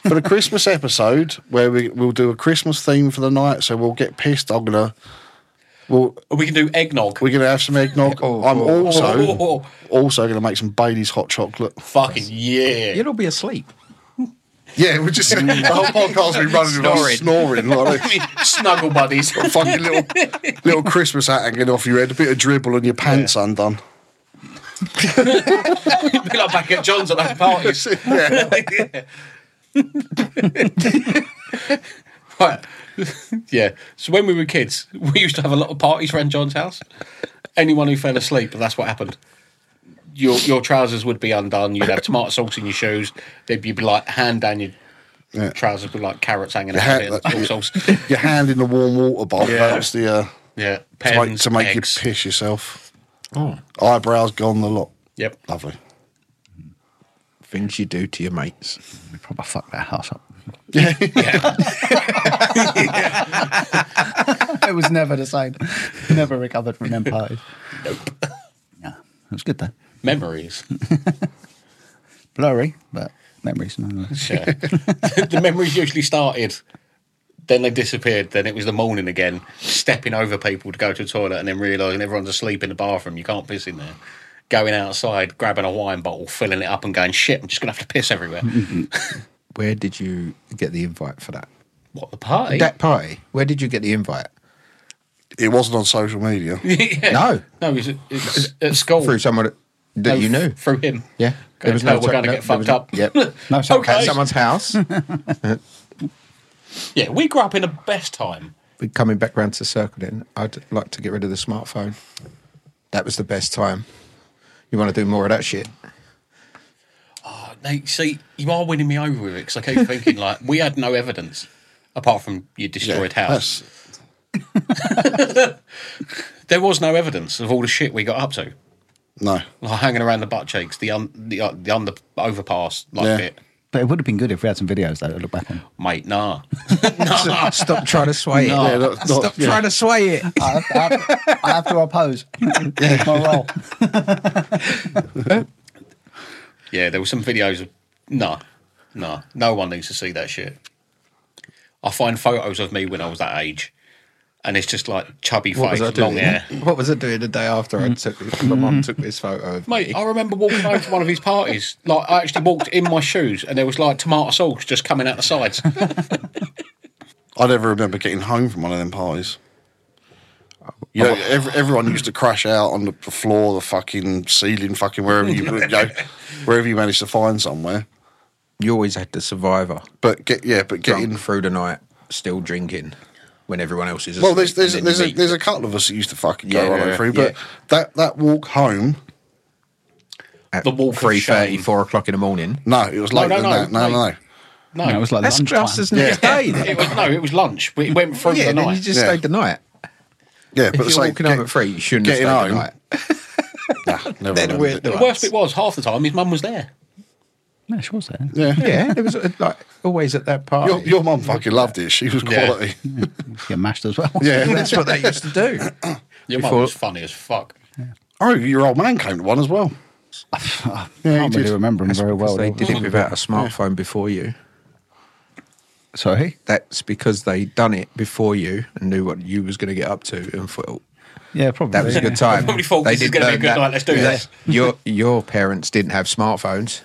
Speaker 1: for the Christmas episode where we we'll do a Christmas theme for the night. So we'll get pissed. I'm gonna. Well,
Speaker 2: We can do eggnog.
Speaker 1: we're gonna have some eggnog.
Speaker 4: Oh,
Speaker 1: I'm
Speaker 4: oh.
Speaker 1: also
Speaker 2: Oh.
Speaker 1: also gonna make some Bailey's hot chocolate.
Speaker 2: fucking yeah.
Speaker 4: You'll all be asleep.
Speaker 1: Yeah, we just the whole podcast will be running around
Speaker 4: Snoring.
Speaker 1: snoring like this.
Speaker 2: Snuggle buddies.
Speaker 1: fucking little little Christmas hat hanging off your head, a bit of dribble, and your pants undone.
Speaker 2: Be like back at John's at that party.
Speaker 1: Yeah.
Speaker 2: Right. yeah. So when we were kids, we used to have a lot of parties around John's house. Anyone who fell asleep, that's what happened. Your your trousers would be undone. You'd have tomato sauce in your shoes. They'd be like hand down your
Speaker 1: Yeah.
Speaker 2: trousers with like carrots hanging
Speaker 1: Your
Speaker 2: out.
Speaker 1: hand-
Speaker 2: of it, tomato sauce.
Speaker 1: Your hand in the warm water bowl.
Speaker 2: Yeah.
Speaker 1: That's the uh,
Speaker 2: Yeah.
Speaker 1: to make,
Speaker 2: Pens,
Speaker 1: to make you
Speaker 2: eggs.
Speaker 1: piss yourself.
Speaker 4: Oh,
Speaker 1: Eyebrows gone the lot.
Speaker 2: Yep.
Speaker 1: Lovely.
Speaker 4: things you do to your mates.
Speaker 3: We probably fucked that house up. it was never the same. Never recovered from them parties. Nope. Yeah, it was good though.
Speaker 2: Memories.
Speaker 3: Blurry, but memories nonetheless.
Speaker 2: Yeah. the memories usually started, then they disappeared, then it was the morning again, stepping over people to go to the toilet and then realising everyone's asleep in the bathroom, you can't piss in there. Going outside, grabbing a wine bottle, filling it up and going, shit, I'm just going to have to piss everywhere.
Speaker 4: Mm-hmm. Where did you get the invite for that?
Speaker 2: what, the party?
Speaker 4: That party. Where did you get the invite?
Speaker 1: It wasn't on social media.
Speaker 2: Yeah.
Speaker 4: No.
Speaker 2: No, it's, it's at school.
Speaker 4: Through someone that
Speaker 2: No,
Speaker 4: you knew.
Speaker 2: Through him.
Speaker 4: Yeah.
Speaker 2: Going, no, we're
Speaker 4: tra-
Speaker 2: going to
Speaker 4: no,
Speaker 2: get
Speaker 4: there was
Speaker 2: fucked
Speaker 4: no-
Speaker 2: up.
Speaker 4: Yep.
Speaker 3: No, so
Speaker 2: Okay.
Speaker 4: At someone's house.
Speaker 2: Yeah, we grew up in the best time.
Speaker 4: We're coming back round to circle then. I'd like to get rid of the smartphone. That was the best time. You want to do more of that shit?
Speaker 2: No, see, you are winning me over with it because I keep thinking like we had no evidence apart from your destroyed house.
Speaker 1: that's-
Speaker 2: There was no evidence of all the shit we got up to,
Speaker 1: No.
Speaker 2: like hanging around the butt cheeks, the un, the, uh, the under overpass like
Speaker 1: Yeah.
Speaker 2: bit,
Speaker 3: But it would have been good if we had some videos though to look back on.
Speaker 2: mate. Nah,
Speaker 4: Stop trying to sway it.
Speaker 1: Yeah, not- not-
Speaker 4: Stop
Speaker 1: yeah.
Speaker 4: trying to sway it.
Speaker 3: I have, I have, I have to oppose. It's my role.
Speaker 2: yeah, there were some videos. of Nah, nah, no one needs to see that shit. I find photos of me when I was that age, and it's just like chubby face, long hair.
Speaker 4: What was I doing the day after I took this, my mum took this photo of
Speaker 2: Mate,
Speaker 4: me?
Speaker 2: I remember walking over to one of his parties. Like, I actually walked in my shoes, and there was like tomato sauce just coming out the sides.
Speaker 1: I never remember getting home from one of them parties. You know, ev everyone used to crash out on the floor, the fucking ceiling, fucking wherever you, you know, wherever you managed to find somewhere.
Speaker 4: You always had the survivor
Speaker 1: But get yeah, but
Speaker 4: getting
Speaker 1: getting
Speaker 4: through the night, still drinking when everyone else is.
Speaker 1: well,
Speaker 4: asleep,
Speaker 1: there's there's
Speaker 4: and then
Speaker 1: there's a,
Speaker 4: meet.
Speaker 1: there's a couple of us that used to fucking go
Speaker 4: Yeah,
Speaker 1: right
Speaker 4: yeah,
Speaker 1: through. But
Speaker 4: yeah.
Speaker 1: that that walk home,
Speaker 4: at
Speaker 2: the walk of
Speaker 4: three thirty,
Speaker 2: shame.
Speaker 4: four o'clock in the morning.
Speaker 1: no, it was later
Speaker 2: no, no,
Speaker 1: than that. No, no,
Speaker 2: no.
Speaker 1: no.
Speaker 2: No,
Speaker 3: No, it was like
Speaker 4: That's
Speaker 3: lunchtime.
Speaker 4: just as next day. Then.
Speaker 2: it was, no, it was lunch. We- It went through
Speaker 4: yeah,
Speaker 2: the
Speaker 4: then you
Speaker 2: night.
Speaker 4: just
Speaker 1: Yeah.
Speaker 4: stayed the night.
Speaker 1: Yeah, but
Speaker 4: If
Speaker 1: it's
Speaker 4: you're
Speaker 1: like
Speaker 4: walking home at three, you shouldn't have stayed
Speaker 1: getting
Speaker 4: the
Speaker 1: home.
Speaker 4: night.
Speaker 1: nah, never
Speaker 4: Then
Speaker 1: remembered
Speaker 4: we're-
Speaker 1: it.
Speaker 2: The
Speaker 4: the nights.
Speaker 2: worst bit was half the time his mum was there.
Speaker 3: Yeah, sure, so.
Speaker 1: Yeah,
Speaker 4: Yeah, it was uh, like always at that party.
Speaker 1: Your, your mum fucking loved it. She was quality.
Speaker 3: Get mashed as well.
Speaker 1: Yeah.
Speaker 4: That's what they used to do.
Speaker 2: Your
Speaker 4: Before-
Speaker 2: mum was funny as fuck.
Speaker 1: Oh, your old man came to one as well.
Speaker 3: I
Speaker 1: Yeah, he
Speaker 3: can't really
Speaker 1: did.
Speaker 3: remember him
Speaker 4: That's
Speaker 3: very well.
Speaker 4: because they
Speaker 3: though.
Speaker 4: did it without a smartphone before you.
Speaker 3: Sorry.
Speaker 4: That's because they done it before you and knew what you was going to get up to and thought
Speaker 3: Yeah, probably.
Speaker 4: that was a good time.
Speaker 2: Probably thought this is
Speaker 4: did
Speaker 2: gonna be a
Speaker 4: learn
Speaker 2: good night, let's do this.
Speaker 4: Your your parents didn't have smartphones,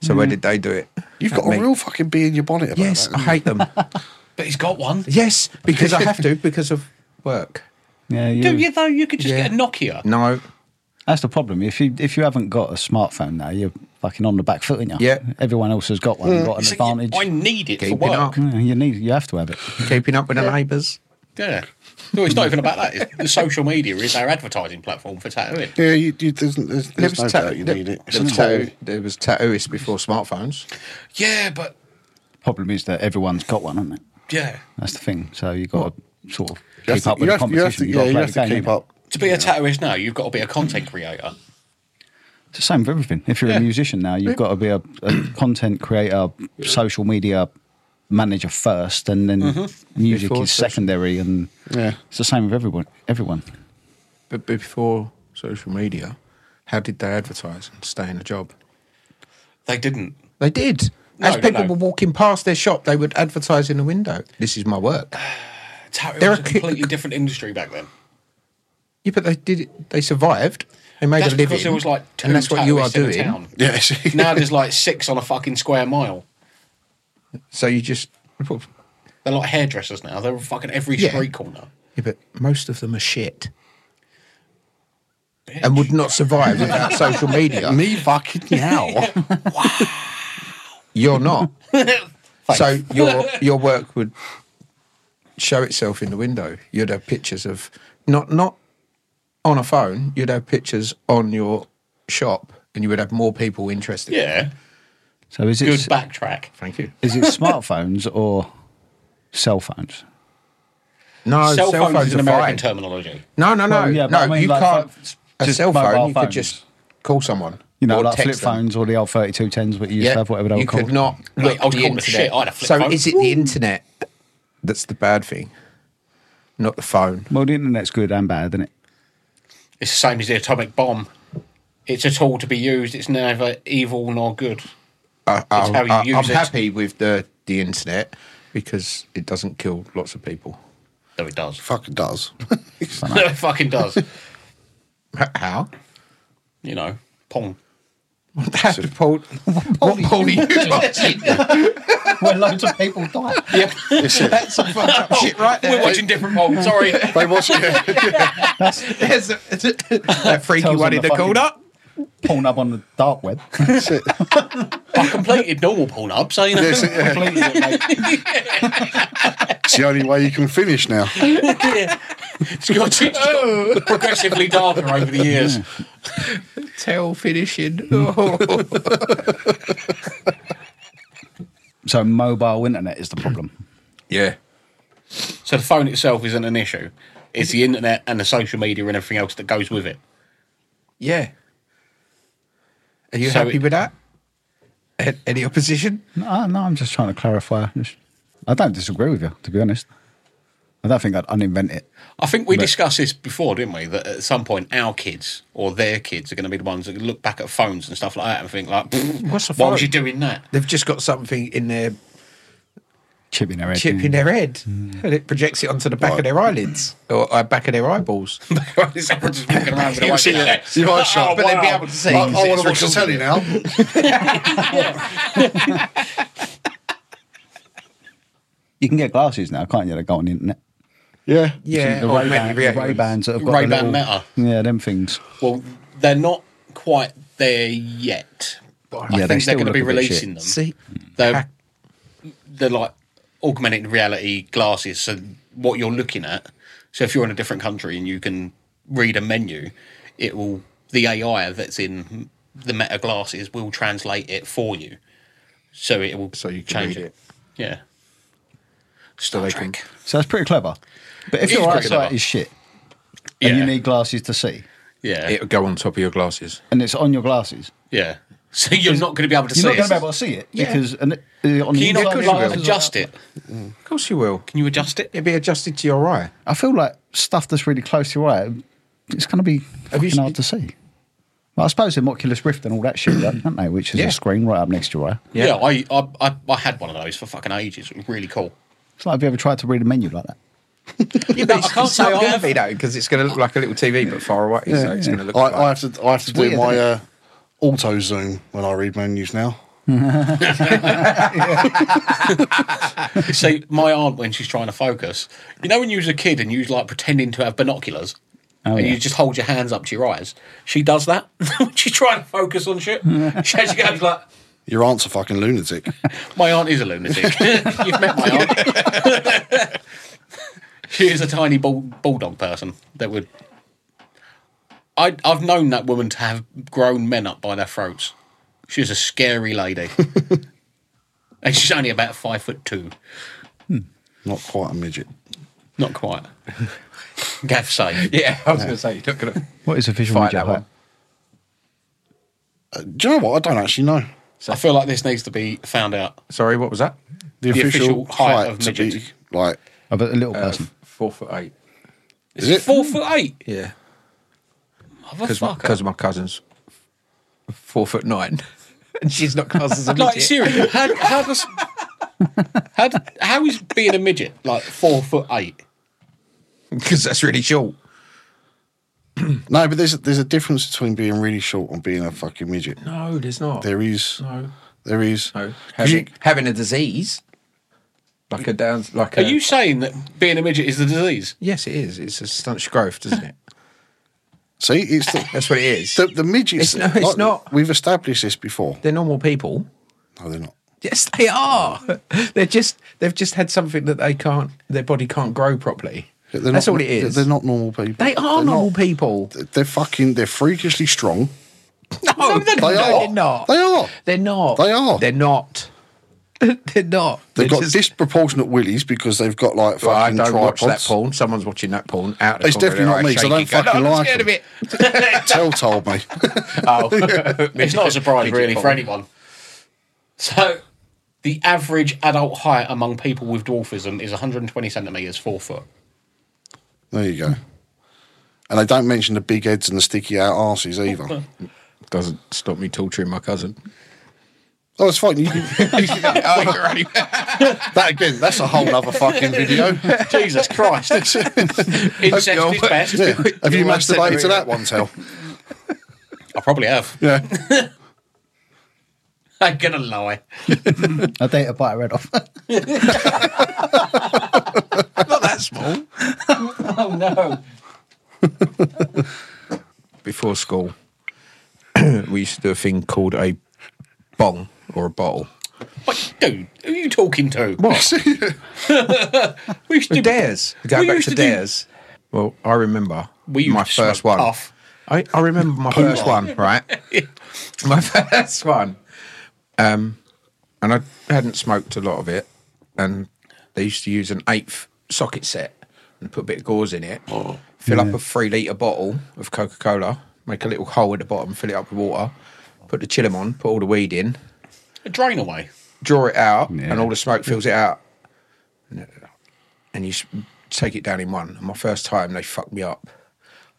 Speaker 4: so where did they do it?
Speaker 1: Mm. You've
Speaker 4: At
Speaker 1: got a
Speaker 4: me.
Speaker 1: real fucking bee in your bonnet about
Speaker 4: yes.
Speaker 1: that.
Speaker 4: I hate them.
Speaker 2: But he's got one.
Speaker 4: yes, because I have to because of work.
Speaker 3: Yeah, you,
Speaker 2: Do you though? You could just
Speaker 4: Yeah.
Speaker 2: get a Nokia.
Speaker 4: No,
Speaker 3: That's the problem. If you if you haven't got a smartphone now, you're fucking on the back foot, aren't you?
Speaker 4: Yeah.
Speaker 3: Everyone else has got one, and got an
Speaker 2: So you-
Speaker 3: advantage.
Speaker 2: I need it for
Speaker 4: Keeping
Speaker 2: work.
Speaker 4: up.
Speaker 3: Yeah, you need, you have to have it.
Speaker 4: keeping up with the neighbours.
Speaker 2: Yeah. No, it's not even about that. It's, the social media is our advertising platform for tattooing.
Speaker 1: Yeah, you, you, there's, there's, there's no doubt you
Speaker 4: there-
Speaker 1: need it. It's
Speaker 4: there
Speaker 1: a
Speaker 4: was
Speaker 1: tool.
Speaker 4: tattoo- there was tattooists before smartphones.
Speaker 2: Yeah, but
Speaker 3: Problem is that everyone's got one, hasn't it?
Speaker 2: yeah.
Speaker 3: That's the thing. So you've got to sort of
Speaker 1: You
Speaker 3: keep
Speaker 1: have to-
Speaker 3: up with
Speaker 1: you
Speaker 3: the
Speaker 1: have to- you have
Speaker 3: competition.
Speaker 1: to-
Speaker 3: You've got
Speaker 1: Yeah, you
Speaker 3: play
Speaker 1: have
Speaker 3: the
Speaker 1: to
Speaker 3: game,
Speaker 1: keep
Speaker 3: innit?
Speaker 1: up.
Speaker 2: To be a tattooist now, you've got to be a content creator.
Speaker 3: It's the same for everything. If you're a musician now, you've got to be a, a content creator, social media manager first, and then music
Speaker 4: Before
Speaker 3: is
Speaker 4: social-
Speaker 3: secondary. And
Speaker 1: Mm-hmm. Yeah.
Speaker 3: it's the same with everyone. Everyone.
Speaker 4: But before social media, how did they advertise and stay in a job?
Speaker 2: They didn't.
Speaker 4: They did.
Speaker 2: No,
Speaker 4: As
Speaker 2: no,
Speaker 4: people
Speaker 2: no.
Speaker 4: were walking past their shop, they would advertise in the window. This is my work.
Speaker 2: Tattooing
Speaker 4: They're
Speaker 2: was a
Speaker 4: a ki-
Speaker 2: completely different industry back then.
Speaker 4: Yeah, but they did. It. They survived. They made
Speaker 2: That's
Speaker 4: a living.
Speaker 2: because there was like two
Speaker 4: and that's what you are
Speaker 2: tattooists in a
Speaker 4: doing.
Speaker 2: town.
Speaker 1: Yeah, see?
Speaker 2: now there's like six on a fucking square mile.
Speaker 4: So you just.
Speaker 2: They're like hairdressers now. They're on fucking every
Speaker 4: Yeah.
Speaker 2: street corner.
Speaker 4: Yeah, but most of them are shit. And would not survive without social media.
Speaker 1: me fucking now.
Speaker 4: You're not. so your your work would show itself in the window. You'd have pictures of not not on a phone. You'd have pictures on your shop, and you would have more people interested.
Speaker 2: Yeah.
Speaker 3: So is
Speaker 2: Good
Speaker 3: it
Speaker 2: backtrack.
Speaker 4: Thank you.
Speaker 3: is it smartphones or cell phones?
Speaker 4: No,
Speaker 2: Cell, phones is an
Speaker 4: are
Speaker 2: American
Speaker 4: fine.
Speaker 2: terminology.
Speaker 4: No, no, no,
Speaker 3: Well, yeah,
Speaker 4: no.
Speaker 3: but I mean,
Speaker 4: you
Speaker 3: like,
Speaker 4: can't.
Speaker 3: pho-
Speaker 4: a
Speaker 3: Just
Speaker 4: cell
Speaker 3: mobile
Speaker 4: phone, you could
Speaker 3: phones.
Speaker 4: just call someone.
Speaker 3: You know,
Speaker 4: or
Speaker 3: like flip
Speaker 4: text them.
Speaker 3: phones or the old 3210s, what you used to have, whatever they were
Speaker 4: you
Speaker 3: called.
Speaker 4: could not
Speaker 2: Mate,
Speaker 4: look
Speaker 2: I would
Speaker 4: the
Speaker 2: call the
Speaker 4: internet.
Speaker 2: shit out of flip
Speaker 4: so
Speaker 2: phone.
Speaker 4: is it the internet that's the bad thing, not the phone?
Speaker 3: Well, the internet's good and bad, isn't it?
Speaker 2: It's the same as the atomic bomb. It's a tool to be used. It's neither evil nor good.
Speaker 4: I, I,
Speaker 2: how you
Speaker 4: I,
Speaker 2: use
Speaker 4: Uh,
Speaker 2: it.
Speaker 4: I'm happy with the the internet because it doesn't kill lots of people.
Speaker 2: Though it does.
Speaker 1: Fucking does.
Speaker 2: no, it fucking does.
Speaker 4: How?
Speaker 2: you know, pong.
Speaker 4: That's Paul. What Paul are you watching?
Speaker 3: Where loads of people die.
Speaker 4: That's some fucked up shit right there.
Speaker 2: We're watching different pong. Sorry.
Speaker 1: they watch it.
Speaker 4: There's a- that freaky
Speaker 3: Tells
Speaker 4: one
Speaker 3: them
Speaker 4: in
Speaker 3: the
Speaker 4: the
Speaker 3: fucking-
Speaker 4: corner.
Speaker 3: Porn up on the dark web.
Speaker 1: That's it.
Speaker 2: I completed normal porn up, so you know.
Speaker 1: That's it, yeah.
Speaker 3: Completely, mate.
Speaker 1: It's the only way you can finish now.
Speaker 2: It's got, it's
Speaker 4: Oh.
Speaker 2: got progressively darker over the years.
Speaker 4: Tail finishing. Oh.
Speaker 3: So mobile internet is the problem.
Speaker 4: yeah.
Speaker 2: So the phone itself isn't an issue. It's the internet and the social media and everything else that goes with it.
Speaker 4: Yeah. Are you
Speaker 2: So
Speaker 4: happy
Speaker 2: it-
Speaker 4: with that? A- Any opposition?
Speaker 3: No, no, I'm just trying to clarify. I don't disagree with you, to be honest. I don't think I'd uninvent it.
Speaker 2: I think we
Speaker 3: But-
Speaker 2: discussed this before, didn't we? That at some point our kids or their kids are going to be the ones that look back at phones and stuff like that and think like, "Pfft,
Speaker 4: What's a
Speaker 2: why was
Speaker 4: phone?"
Speaker 2: you doing that?
Speaker 4: They've just got something in their
Speaker 3: Chip in their head.
Speaker 4: chip in their head, and it projects it onto the back of their eyelids or uh, back of their eyeballs.
Speaker 2: Someone just walking around with a
Speaker 4: You
Speaker 2: white
Speaker 4: see
Speaker 2: shirt.
Speaker 4: that?
Speaker 1: You might
Speaker 4: but
Speaker 1: shut.
Speaker 4: they'd be able to see.
Speaker 1: I, I
Speaker 4: 'cause it's
Speaker 1: want to watch the
Speaker 4: recorded.
Speaker 1: telly now.
Speaker 3: You can get glasses now, can't you? They go on the internet.
Speaker 1: Yeah.
Speaker 4: Yeah,
Speaker 3: the
Speaker 4: or
Speaker 3: Ray Ban,
Speaker 4: augmented reality ones.
Speaker 3: Ray Bans that have got a
Speaker 2: Ray-Ban
Speaker 3: little- Yeah, them things.
Speaker 2: Well, they're not quite there yet. But I
Speaker 3: Yeah, they
Speaker 2: think
Speaker 3: still
Speaker 2: they're going to
Speaker 3: look
Speaker 2: be
Speaker 3: a bit shit.
Speaker 2: releasing them.
Speaker 4: See,
Speaker 2: they're they're like augmented reality glasses. So what you're looking at. So if you're in a different country and you can read a menu, it will the AI that's in the Meta glasses will translate it for you. So it will
Speaker 4: So you can
Speaker 2: change
Speaker 4: read it.
Speaker 2: Yeah.
Speaker 4: so they can.
Speaker 3: So that's pretty clever. But
Speaker 2: It
Speaker 3: if
Speaker 2: is
Speaker 3: your
Speaker 2: pretty
Speaker 3: eyesight
Speaker 2: clever.
Speaker 3: is shit and you
Speaker 2: Yeah.
Speaker 3: need glasses to see,
Speaker 2: Yeah.
Speaker 4: It'll go on top of your glasses.
Speaker 3: and it's on your glasses,
Speaker 2: yeah. So you're not going to be able to
Speaker 3: you're
Speaker 2: see
Speaker 3: not going to be
Speaker 2: it.
Speaker 3: able to see it
Speaker 4: Yeah.
Speaker 3: because and it, uh, on the
Speaker 2: Can you
Speaker 3: inside
Speaker 2: not
Speaker 3: of your
Speaker 2: like,
Speaker 3: glasses-
Speaker 2: adjust it?
Speaker 4: Of course you will.
Speaker 2: Can you adjust it?
Speaker 4: It'll be adjusted to your eye.
Speaker 3: I feel like stuff that's really close to your eye, it's going to be
Speaker 4: Have you
Speaker 3: fucking hard to see. Well, I suppose in Oculus Rift and all that shit, right, aren't they? Which is
Speaker 4: Yeah.
Speaker 3: a screen right up next to your eye.
Speaker 4: Yeah.
Speaker 2: Yeah, I, I, I, I had one of those for fucking ages. It was really cool.
Speaker 3: It's like have you ever tried to read a menu like that?
Speaker 4: Yeah,
Speaker 2: but I can't say I
Speaker 4: going to
Speaker 2: have.
Speaker 4: be though because it's going to look like a little TV but far away. so it's going to look.
Speaker 1: I,
Speaker 4: like
Speaker 1: I have to. I have to do
Speaker 3: weird,
Speaker 1: my
Speaker 3: isn't
Speaker 1: uh, auto zoom when I read menus now.
Speaker 2: See, my aunt, when she's trying to focus, you know, when you was a kid and you was like pretending to have binoculars
Speaker 3: Oh,
Speaker 2: and
Speaker 3: yeah.
Speaker 2: you just hold your hands up to your eyes, she does that. when she's trying to focus on shit. she she goes like,
Speaker 1: Your aunt's a fucking lunatic.
Speaker 2: My aunt is a lunatic. You've met my aunt. she is a tiny bull, bulldog person that would. I, I've known that woman to have grown men up by their throats. She's a scary lady. and she's only about five foot two.
Speaker 1: Not quite a midget.
Speaker 2: Not quite. Gav say.
Speaker 4: yeah, I was going to say you're not going to.
Speaker 3: What is official
Speaker 4: Fight
Speaker 3: media
Speaker 4: that
Speaker 3: height?
Speaker 4: one.
Speaker 1: Uh, do you know what? I don't actually know.
Speaker 2: I feel like this needs to be found out.
Speaker 4: Sorry, what was that?
Speaker 1: The,
Speaker 2: official height of
Speaker 1: to be,
Speaker 2: midget.
Speaker 1: like
Speaker 3: Of a little
Speaker 4: Uh,
Speaker 3: person.
Speaker 4: four foot eight.
Speaker 2: It's
Speaker 1: it?
Speaker 2: four foot eight. Oh,
Speaker 4: Yeah, because
Speaker 2: Motherfucker.
Speaker 4: my cousin's four foot nine, and she's not classed as a
Speaker 2: Like
Speaker 4: midget.
Speaker 2: seriously, how, how does how, d- how is being a midget like four foot eight?
Speaker 4: because that's really short.
Speaker 1: no, but there's a, there's a difference between being really short and being a fucking midget.
Speaker 4: No, there's not.
Speaker 1: There is.
Speaker 4: no,
Speaker 1: There is.
Speaker 4: no.
Speaker 1: 'Cause
Speaker 4: Having,
Speaker 1: you-
Speaker 4: having a disease, like a down, like
Speaker 2: Are
Speaker 4: a
Speaker 2: you saying that being a midget is the disease?
Speaker 4: yes, it is. It's a stunted growth, isn't it?
Speaker 1: see, it's the,
Speaker 4: That's what it is.
Speaker 1: the, the midgets.
Speaker 4: It's no- it's not.
Speaker 1: We've established this before.
Speaker 4: They're normal people.
Speaker 1: No, they're not.
Speaker 4: Yes, they are. They're just they've just had something that they can't their body can't grow properly.
Speaker 1: They're not-
Speaker 4: That's all it is.
Speaker 1: They're not normal people.
Speaker 4: They are
Speaker 1: They're
Speaker 4: normal
Speaker 1: not-
Speaker 4: people.
Speaker 1: They're fucking. They're freakishly strong.
Speaker 4: No,
Speaker 1: They
Speaker 4: no,
Speaker 1: are.
Speaker 4: They're not.
Speaker 1: They are.
Speaker 4: They're not.
Speaker 1: They are.
Speaker 4: They're not. They're not.
Speaker 1: They've
Speaker 4: They're
Speaker 1: got
Speaker 4: just-
Speaker 1: disproportionate willies because they've got like
Speaker 4: Well, I
Speaker 1: fucking
Speaker 4: don't watch
Speaker 1: tripods.
Speaker 4: that porn. Someone's watching that porn out. Of the
Speaker 1: It's
Speaker 4: corner of
Speaker 1: definitely
Speaker 4: their
Speaker 1: not
Speaker 4: eye,
Speaker 1: me, 'cause I don't
Speaker 4: shaking, going,
Speaker 1: fucking
Speaker 4: "No, I'm
Speaker 1: like
Speaker 4: scared of it.
Speaker 1: Tell told me.
Speaker 2: It's not a surprise, really, for anyone. So, the average adult height among people with dwarfism is 120 centimetres, four foot.
Speaker 1: There you go. And they don't mention the big heads and the sticky out arses either.
Speaker 4: Doesn't stop me torturing my cousin.
Speaker 1: Oh, it's fine. You can-
Speaker 4: Oh, you're right.
Speaker 1: that again, that's a whole other fucking video.
Speaker 2: Jesus Christ. Incest is best.
Speaker 1: Yeah. Have you
Speaker 4: You're upset
Speaker 1: masturbated to
Speaker 4: me.
Speaker 1: that one, Tell?
Speaker 2: I probably have.
Speaker 1: Yeah.
Speaker 2: I'm going to lie.
Speaker 3: I date a bite I read off.
Speaker 4: not that small.
Speaker 2: Oh, no.
Speaker 4: Before school, we used to do a thing called a bong or a bottle.
Speaker 2: But, dude, who are you talking to? What? we used to
Speaker 4: The dares.
Speaker 2: We
Speaker 4: Going back
Speaker 2: used
Speaker 4: to,
Speaker 2: to do-
Speaker 4: dares. Well, I remember
Speaker 2: We used
Speaker 4: my
Speaker 2: to smoke
Speaker 4: first one.
Speaker 2: puff.
Speaker 4: I, I remember my first one, right? my first one. Um, and I hadn't smoked a lot of it. And they used to use an eighth socket set and put a bit of gauze in it,
Speaker 2: Oh.
Speaker 4: fill up a three litre bottle of Coca Cola, make a little hole at the bottom, fill it up with water, put the chillum on, put all the weed in,
Speaker 2: a drain away.
Speaker 4: draw it out,
Speaker 3: Yeah.
Speaker 4: and all the smoke fills it out. And you s- take it down in one. And my first time, they fucked me up.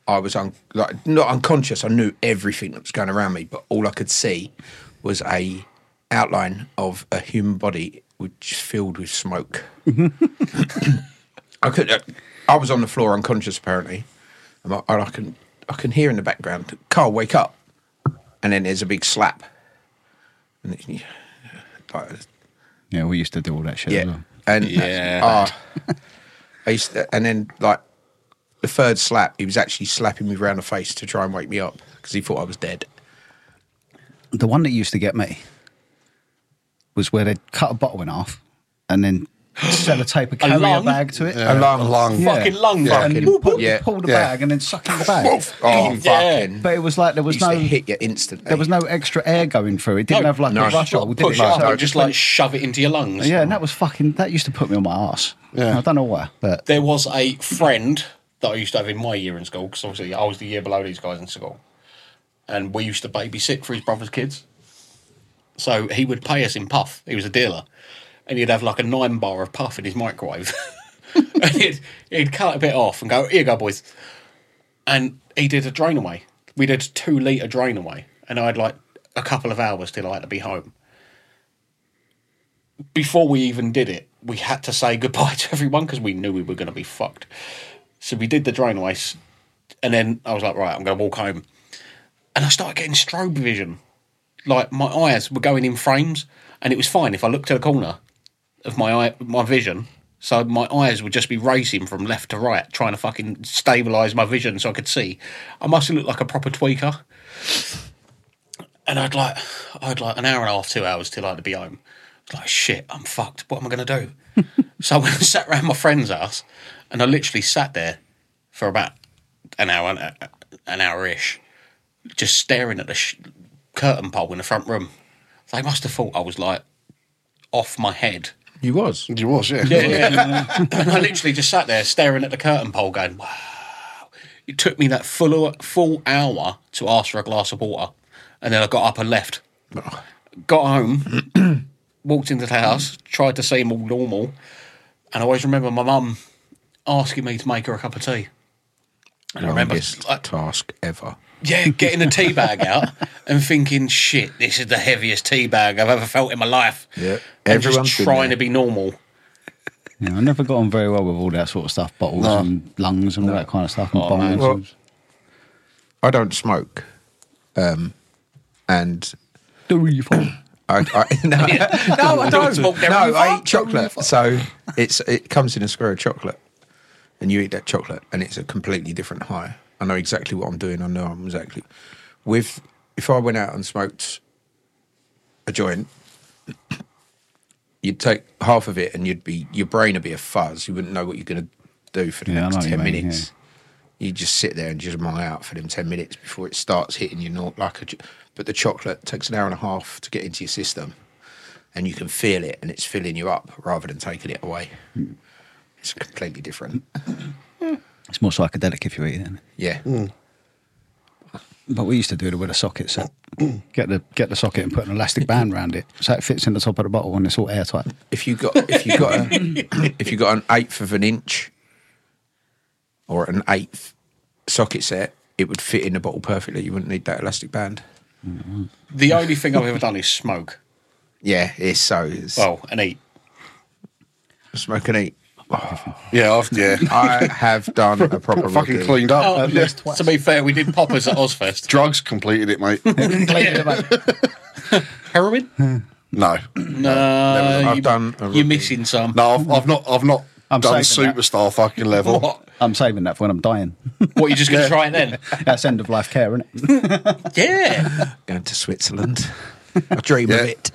Speaker 4: I was un- like not unconscious. I knew everything that was going around me, but all I could see was a outline of a human body which is filled with smoke. I could. uh, I was on the floor unconscious apparently, and I, and I can I can hear in the background, Carl, wake up, and then there's a big slap, and it, like,
Speaker 3: yeah, we used to do all that shit. as
Speaker 4: yeah.
Speaker 3: well.
Speaker 4: And uh,
Speaker 2: Yeah.
Speaker 4: ah. I used to, and then like the third slap, he was actually slapping me round the face to try and wake me up because he thought I was dead.
Speaker 3: The one that used to get me was where they'd cut a bottle in half and then sellotape a carrier
Speaker 2: lung?
Speaker 3: bag to it.
Speaker 1: Yeah.
Speaker 4: lung.
Speaker 1: A lung.
Speaker 3: Yeah.
Speaker 2: Fucking lung,
Speaker 1: Yeah.
Speaker 3: And
Speaker 2: fucking.
Speaker 3: you pull,
Speaker 4: yeah.
Speaker 3: pull the
Speaker 1: Yeah.
Speaker 3: bag and then suck in the bag.
Speaker 4: Oh,
Speaker 2: Yeah.
Speaker 4: fucking.
Speaker 3: But it was like there was
Speaker 4: used to
Speaker 3: no
Speaker 4: hit you instantly.
Speaker 3: there was no extra air going through. It didn't
Speaker 2: No,
Speaker 3: have like
Speaker 4: no.
Speaker 3: a rush hole, did it?
Speaker 2: Push it up
Speaker 3: So-
Speaker 2: and just like shove it into your lungs.
Speaker 3: yeah, and that was fucking that used to put me on my ass.
Speaker 1: Yeah.
Speaker 3: I don't know why, but
Speaker 2: there was a friend that I used to have in my year in school because obviously I was the year below these guys in school, and we used to babysit for his brother's kids. So he would pay us in puff. He was a dealer, and he'd have like a nine bar of puff in his microwave. and he'd, he'd cut a bit off and go, "Here you go, boys." And he did a drain away. We did two liter drain away, and I had like a couple of hours till I had to be home before we even did it, we had to say goodbye to everyone because we knew we were going to be fucked. So we did the drain ice, and then I was like, right, I'm going to walk home, and I started getting strobe vision. Like my eyes were going in frames, and it was fine if I looked to the corner of my eye, my vision. So my eyes would just be racing from left to right, trying to fucking stabilize my vision so I could see. I must have looked like a proper tweaker. And I'd like, I'd like an hour and a half, two hours till I had to be home. It's like shit, I'm fucked. What am I going to do? so I went and sat around my friend's house, and I literally sat there for about an hour, an hour ish, just staring at the sh- curtain pole in the front room. They must have thought I was like off my head.
Speaker 4: You was.
Speaker 1: You was, yeah.
Speaker 2: and I literally just sat there staring at the curtain pole, going, "Wow!" It took me that full full hour to ask for a glass of water, and then I got up and left. Got home, walked into the house, tried to seem all normal, and I always remember my mum asking me to make her a cup of tea.
Speaker 4: And
Speaker 2: remember-
Speaker 4: Longest task ever.
Speaker 2: Yeah, getting a tea bag out and thinking, "Shit, this is the heaviest tea bag I've ever felt in my life."
Speaker 4: Yeah.
Speaker 2: and just
Speaker 4: Everyone's been
Speaker 2: trying to
Speaker 4: there.
Speaker 2: be normal.
Speaker 3: you know, I never got on very well with all that sort of stuff, bottles
Speaker 1: No.
Speaker 3: and lungs and all that kind of stuff. And
Speaker 2: Oh,
Speaker 3: bones
Speaker 2: man.
Speaker 3: and-
Speaker 4: Well, I don't smoke, um, and
Speaker 3: Do you fall?
Speaker 4: I, I, no, no, I don't.
Speaker 2: Smoke
Speaker 4: No,
Speaker 2: there, you
Speaker 4: I
Speaker 2: fuck.
Speaker 4: eat chocolate. So it's it comes in a square of chocolate, and you eat that chocolate, and it's a completely different high. I know exactly what I'm doing. I know I'm exactly with. If I went out and smoked a joint, you'd take half of it, and you'd be your brain would be a fuzz. You wouldn't know what you're going to do for the
Speaker 3: Yeah, I know
Speaker 4: next
Speaker 3: what you
Speaker 4: ten
Speaker 3: mean,
Speaker 4: minutes. You just sit there and just mong out for them ten minutes before it starts hitting you. Not like a, ch- but the chocolate takes an hour and a half to get into your system. and you can feel it and it's filling you up rather than taking it away.
Speaker 3: Mm.
Speaker 4: It's completely different.
Speaker 3: It's more psychedelic if you eat it. isn't it?
Speaker 4: Yeah.
Speaker 3: But we used to do it with a socket. So get the get the socket and put an elastic band around it, so it fits in the top of the bottle and it's all airtight.
Speaker 4: If you got if you got a, if you got an eighth of an inch or an eighth socket set, it would fit in the bottle perfectly. You wouldn't need that elastic band.
Speaker 2: The only thing I've ever done is smoke.
Speaker 4: Yeah, it's so it's
Speaker 2: Well, and eat.
Speaker 4: smoke and eat.
Speaker 1: Yeah, I've, yeah.
Speaker 4: I have done a proper
Speaker 1: fucking
Speaker 4: rocky.
Speaker 1: cleaned up.
Speaker 2: Oh, yeah, to be fair, we did poppers at Ozfest.
Speaker 1: Drugs completed it, mate.
Speaker 2: Heroin?
Speaker 1: no,
Speaker 2: No,
Speaker 4: I've
Speaker 2: you,
Speaker 4: done a
Speaker 2: you're
Speaker 4: rocky.
Speaker 2: missing some.
Speaker 1: no, I've, I've not, I've not
Speaker 3: I'm
Speaker 1: done
Speaker 3: saving that.
Speaker 1: superstar fucking level.
Speaker 2: What?
Speaker 3: I'm saving that for when I'm dying.
Speaker 2: What, you're just going to try it then?
Speaker 3: That's end of life care, isn't it?
Speaker 2: Yeah.
Speaker 4: Going to Switzerland. I dream
Speaker 1: Yeah.
Speaker 4: of it.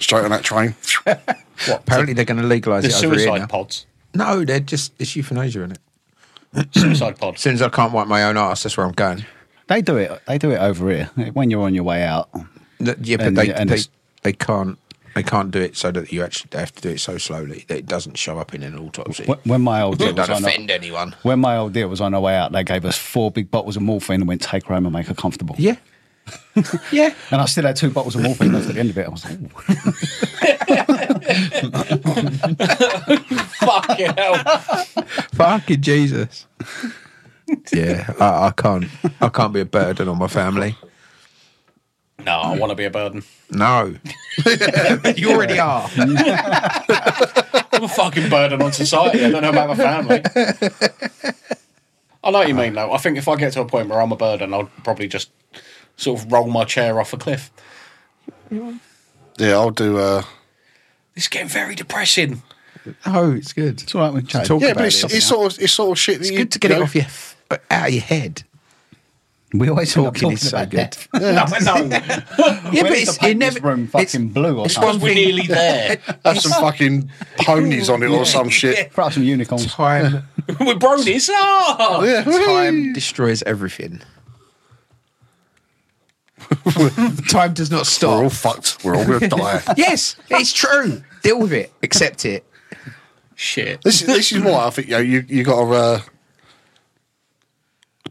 Speaker 1: Straight on that train.
Speaker 4: What? Apparently they're going to legalise
Speaker 2: The
Speaker 4: it over here
Speaker 2: suicide
Speaker 4: now.
Speaker 2: pods.
Speaker 4: No, they're just it's euthanasia in it.
Speaker 2: Suicide
Speaker 4: As
Speaker 2: pods.
Speaker 4: soon as I can't wipe my own ass, that's where I'm going.
Speaker 3: They do it. They do it over here when you're on your way out.
Speaker 4: Th- Yeah, but
Speaker 3: And-
Speaker 4: they,
Speaker 3: and
Speaker 4: they
Speaker 3: it's-
Speaker 4: they can't they can't do it so that you actually they have to do it so slowly that it doesn't show up in an autopsy.
Speaker 3: When- When my old deal
Speaker 4: It
Speaker 3: was
Speaker 4: don't
Speaker 3: on, our-
Speaker 4: offend anyone.
Speaker 3: when my old deal was on her way out, they gave us four big bottles of morphine and went take her home and make her comfortable.
Speaker 4: Yeah, yeah.
Speaker 3: And I still had two bottles of morphine left at the end of it. I was like, "Ooh."
Speaker 2: Fucking hell.
Speaker 4: Fucking Jesus. yeah, I, I can't. I can't be a burden on my family.
Speaker 2: No, I want to be a burden.
Speaker 4: No, you already are.
Speaker 2: I'm a fucking burden on society. I don't know about my family. I know what you mean, though. I think if I get to a point where I'm a burden, I'll probably just sort of roll my chair off a cliff.
Speaker 1: Yeah, I'll do. Uh,
Speaker 2: It's getting very depressing.
Speaker 4: No, it's good.
Speaker 3: it's all right. We chat.
Speaker 4: Talk
Speaker 1: yeah,
Speaker 4: about
Speaker 1: but it's,
Speaker 4: it.
Speaker 1: it's sort of it's sort of shit. That
Speaker 4: It's
Speaker 1: you,
Speaker 4: good to get
Speaker 1: you
Speaker 4: it
Speaker 1: know,
Speaker 4: off your f- out of your head.
Speaker 3: We always talk
Speaker 4: Talking
Speaker 3: talking
Speaker 4: is so
Speaker 3: about
Speaker 4: good.
Speaker 3: death.
Speaker 2: No, no.
Speaker 4: Yeah,
Speaker 3: When does the paint this room fucking blue or
Speaker 4: it's
Speaker 3: something?
Speaker 4: one
Speaker 2: We're
Speaker 4: thing-
Speaker 2: nearly there.
Speaker 1: Have some fucking ponies on it or some shit.
Speaker 3: Perhaps some unicorns.
Speaker 4: Time,
Speaker 2: We're bronies. Oh!
Speaker 1: Yeah,
Speaker 4: time destroys everything. time does not
Speaker 1: We're all
Speaker 4: stop.
Speaker 1: fucked. We're all gonna die.
Speaker 4: yes, it's true. Deal with it. Accept it.
Speaker 2: Shit.
Speaker 1: This is this is why I think you know, you you got to uh,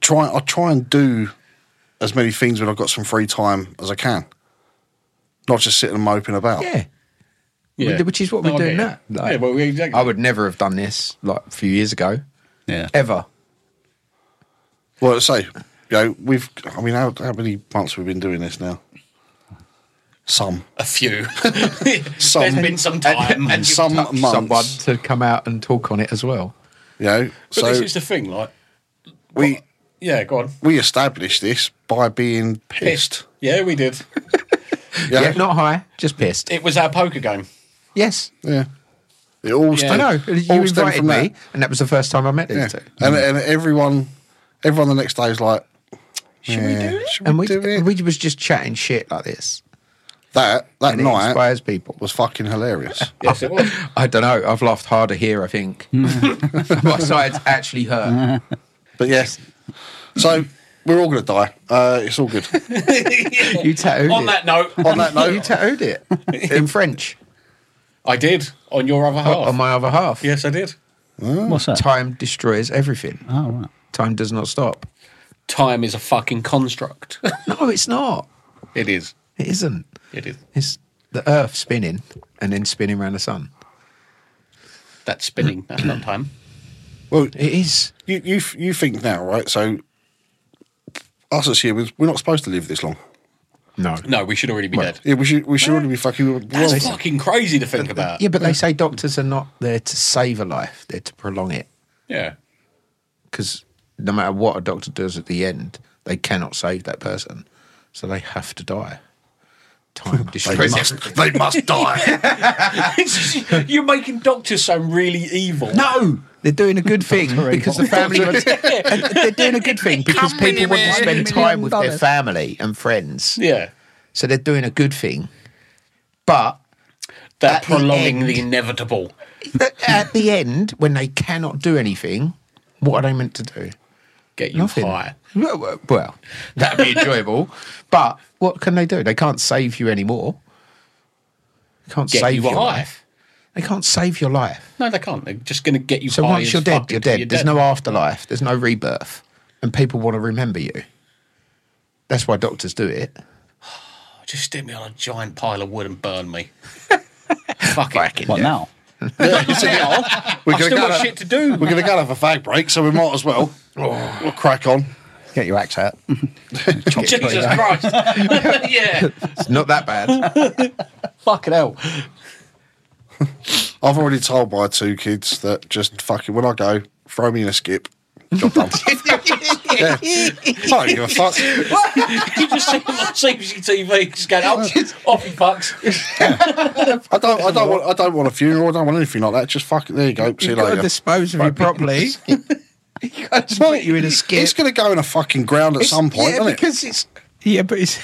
Speaker 1: try. I try and do as many things when I've got some free time as I can, not just sitting and moping about.
Speaker 4: Yeah,
Speaker 2: Yeah.
Speaker 4: We- which is what
Speaker 2: No,
Speaker 4: we're
Speaker 2: I
Speaker 4: doing
Speaker 2: get
Speaker 4: now.
Speaker 2: it.
Speaker 4: Like,
Speaker 2: yeah, well, we- exactly.
Speaker 4: I would never have done this like a few years ago,
Speaker 3: Yeah.
Speaker 4: ever.
Speaker 1: Well, I say, you know, we've. I mean, how how many months we've been doing this now? Some.
Speaker 2: a few.
Speaker 1: Some.
Speaker 2: There's been some time.
Speaker 1: and some months.
Speaker 4: Someone to come out and talk on it as well.
Speaker 1: You know,
Speaker 2: but
Speaker 1: so
Speaker 2: this is the thing, like,
Speaker 1: we
Speaker 2: yeah, go on.
Speaker 1: we established this by being pissed.
Speaker 2: Yeah, we did.
Speaker 1: Yeah.
Speaker 4: Yeah, not high, just pissed.
Speaker 2: It was our poker game.
Speaker 4: yes,
Speaker 1: Yeah. It all
Speaker 2: Yeah.
Speaker 1: stemmed,
Speaker 4: I know. You
Speaker 1: all stemmed
Speaker 4: invited
Speaker 1: from
Speaker 4: me,
Speaker 1: that.
Speaker 4: and that was the first time I met these
Speaker 1: Yeah.
Speaker 4: two.
Speaker 1: And, and everyone, everyone the next day is like,
Speaker 4: Should
Speaker 1: "Yeah,
Speaker 4: we do it?
Speaker 1: should
Speaker 4: and
Speaker 1: we
Speaker 4: we,
Speaker 1: do it?"
Speaker 4: we was just chatting shit like this.
Speaker 1: that that
Speaker 4: And it
Speaker 1: night
Speaker 4: inspires people.
Speaker 1: was fucking hilarious.
Speaker 2: Yes, it was.
Speaker 4: I don't know. I've laughed harder here, I think. My sides actually hurt.
Speaker 1: but yes, so we're all gonna die. Uh, it's all good.
Speaker 4: You tattooed
Speaker 2: On
Speaker 4: it.
Speaker 2: that note,
Speaker 1: On that
Speaker 4: you
Speaker 1: note,
Speaker 4: tattooed it in French
Speaker 2: I did on your other
Speaker 1: Oh.
Speaker 2: half.
Speaker 4: on my other half.
Speaker 2: yes, I did.
Speaker 3: What's that?
Speaker 4: Time destroys everything.
Speaker 3: Oh, right.
Speaker 4: Time does not stop.
Speaker 2: Time is a fucking construct.
Speaker 4: No, it's not.
Speaker 2: it is.
Speaker 4: It isn't.
Speaker 2: It is.
Speaker 4: It's the Earth spinning and then spinning around the sun.
Speaker 2: That's spinning. That's not time.
Speaker 1: well,
Speaker 4: It is.
Speaker 1: you you f- you think now, right? So us as humans, we're not supposed to live this long.
Speaker 4: No.
Speaker 2: No, we should already be dead.
Speaker 1: Yeah, we should we should already be fucking.
Speaker 2: That's
Speaker 1: well,
Speaker 2: fucking crazy to think about.
Speaker 4: Yeah, but they say doctors are not there to save a life; they're to prolong it.
Speaker 2: Yeah.
Speaker 4: Because no matter what a doctor does at the end, they cannot save that person, so they have to die. Time
Speaker 1: they
Speaker 4: destroys everything.
Speaker 1: must they must die.
Speaker 2: You're making doctors sound really evil.
Speaker 4: No, they're doing a good thing because the family. was, they're doing a good thing because people wouldn't spend time with their family and friends.
Speaker 2: Yeah.
Speaker 4: So they're doing a good thing, but
Speaker 2: They're
Speaker 4: At the
Speaker 2: prolonging
Speaker 4: end.
Speaker 2: the inevitable.
Speaker 4: at the end, when they cannot do anything, what are they meant to do?
Speaker 2: Get you
Speaker 4: Nothing.
Speaker 2: high.
Speaker 4: Well, well, that'd be enjoyable, but what can they do? They can't save you anymore. They can't
Speaker 2: Get
Speaker 4: save
Speaker 2: you
Speaker 4: your
Speaker 2: high.
Speaker 4: life. They can't save your life.
Speaker 2: No, they can't. They're just going to get you.
Speaker 4: So
Speaker 2: high
Speaker 4: once
Speaker 2: as
Speaker 4: you're dead,
Speaker 2: fuck
Speaker 4: you're
Speaker 2: until
Speaker 4: dead. There's no afterlife. There's no rebirth, and people want to remember you. That's why doctors do it.
Speaker 2: Just stick me on a giant pile of wood and burn me. Fuck it.
Speaker 3: What now?
Speaker 1: We're
Speaker 2: I've
Speaker 1: gonna
Speaker 2: still
Speaker 1: go
Speaker 2: got
Speaker 1: to-
Speaker 2: shit to do.
Speaker 1: We're going to go and have a fag break, so we might as well. We'll crack on.
Speaker 3: Get your axe out.
Speaker 2: Jesus Christ. yeah.
Speaker 4: It's not that bad.
Speaker 2: Fucking hell.
Speaker 1: I've already told my two kids that just fucking when I go, throw me in a skip. Job done. Yeah. I don't give a fuck.
Speaker 2: You just see him on CBC TV. Just going, oh, off he fucks.
Speaker 1: I don't. I don't want. I don't want a funeral. I don't want anything like that. Just fuck it. There you go. See you
Speaker 4: You've got to
Speaker 1: later.
Speaker 4: dispose of you properly. you got to
Speaker 1: Well,
Speaker 4: put you in a skip.
Speaker 1: It's going to go in a fucking ground at
Speaker 4: It's-
Speaker 1: some point,
Speaker 4: yeah,
Speaker 1: isn't it?
Speaker 4: because it's yeah, but it's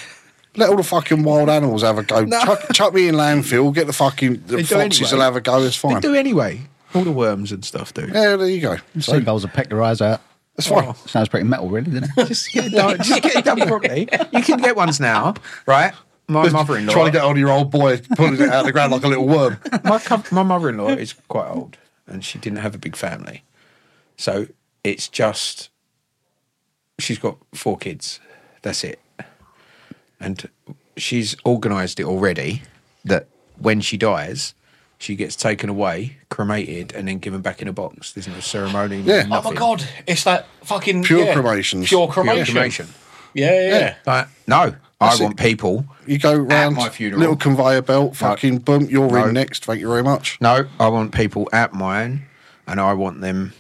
Speaker 1: Let all the fucking wild animals have a go. Chuck, chuck me in landfill. Get the fucking the
Speaker 4: They do
Speaker 1: foxes.
Speaker 4: anyway.
Speaker 1: will have a go. It's
Speaker 4: they
Speaker 1: fine.
Speaker 4: do anyway. All the worms and stuff do.
Speaker 1: Yeah, there you go. So
Speaker 3: Seagulls will peck your eyes out.
Speaker 1: that's fine.
Speaker 4: Oh,
Speaker 3: Sounds pretty metal, really, doesn't it?
Speaker 4: Just get it done, just get it done properly. You can get ones now, right? My mother-in-law.
Speaker 1: Trying to get on your old boy, pulling it out of the ground like a little worm.
Speaker 4: my co- my mother-in-law is quite old, and she didn't have a big family, so it's just she's got four kids. That's it, and she's organised it already that when she dies, she gets taken away, cremated, and then given back in a box. There's no ceremony.
Speaker 1: Yeah.
Speaker 4: nothing.
Speaker 1: Oh
Speaker 2: Oh my God. It's that fucking.
Speaker 1: Pure
Speaker 2: yeah,
Speaker 1: cremations.
Speaker 2: Pure
Speaker 4: Pure
Speaker 2: cremation.
Speaker 4: cremation.
Speaker 2: Yeah, yeah, yeah.
Speaker 4: Like, no, I want people.
Speaker 1: You go round
Speaker 4: my funeral.
Speaker 1: little conveyor belt. Fucking boom. You're
Speaker 4: No.
Speaker 1: in next. Thank you very much.
Speaker 4: No, I want people at mine, and I want them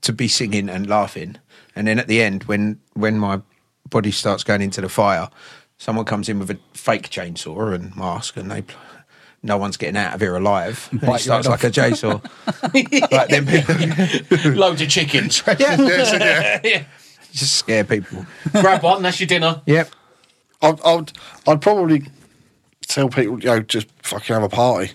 Speaker 4: to be singing and laughing. And then at the end, when when my body starts going into the fire, someone comes in with a fake chainsaw and mask, and they. pl- No one's getting out of here alive. And it
Speaker 3: Bite your
Speaker 4: starts like a chainsaw. like them people
Speaker 2: Loads of chickens.
Speaker 4: just scare people.
Speaker 2: Grab one, that's your dinner.
Speaker 4: Yep.
Speaker 1: I'd, I'd, I'd probably tell people, you know, just fucking have a party.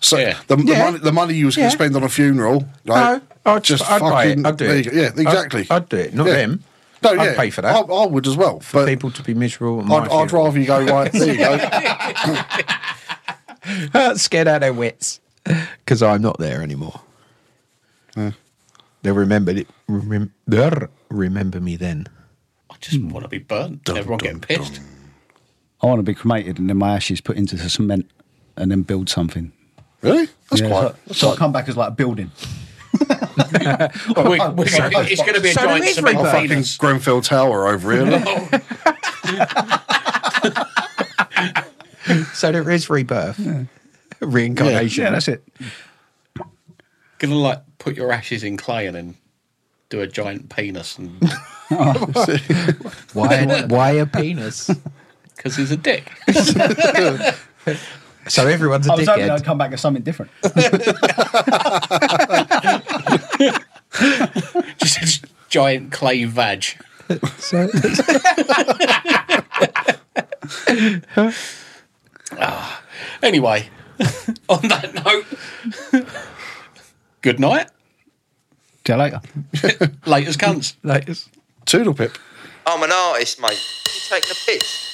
Speaker 1: So
Speaker 2: Yeah.
Speaker 1: the, the,
Speaker 4: Yeah.
Speaker 1: money, the money you was going
Speaker 4: Yeah.
Speaker 1: to spend on a funeral, like,
Speaker 4: no, I'd just I'd buy it. I'd do
Speaker 1: there
Speaker 4: it.
Speaker 1: you go. Yeah, exactly.
Speaker 4: I'd, I'd do it. Not
Speaker 1: Yeah.
Speaker 4: them.
Speaker 1: No,
Speaker 4: I'd
Speaker 1: yeah,
Speaker 4: pay for that.
Speaker 1: I, I would as well.
Speaker 4: for
Speaker 1: but
Speaker 4: people to be miserable. at my
Speaker 1: I'd, I'd
Speaker 4: funeral.
Speaker 1: rather you go right. There you go.
Speaker 4: scared out of their wits because I'm not there anymore. They'll remember it. Remem- they'll remember me then.
Speaker 2: I just
Speaker 4: Hmm.
Speaker 2: want to be burnt. Everyone getting pissed.
Speaker 3: I want to be cremated and then my ashes put into the cement and then build something.
Speaker 1: Really? That's
Speaker 3: Yeah,
Speaker 1: quite.
Speaker 3: So, so I come back as like a building.
Speaker 2: We- we're gonna be- it's going to be a
Speaker 4: So there
Speaker 2: giant
Speaker 4: is
Speaker 2: cement
Speaker 4: rebirth.
Speaker 1: Fucking
Speaker 2: penis.
Speaker 1: Grenfell Tower over here. look.
Speaker 4: So there is rebirth, reincarnation.
Speaker 3: Yeah, that's it.
Speaker 2: Gonna like put your ashes in clay and then do a giant penis and
Speaker 4: Why? Why a penis?
Speaker 2: because he's a dick.
Speaker 4: So everyone's a
Speaker 3: I was hoping
Speaker 4: dickhead.
Speaker 3: I'd come back as something different.
Speaker 2: Just a g- giant clay vag.
Speaker 4: So,
Speaker 2: Anyway, on that note, good night.
Speaker 3: See you later.
Speaker 2: Latest cunts.
Speaker 4: like,
Speaker 1: Toodle pip.
Speaker 6: I'm an artist, mate. You taking a piss?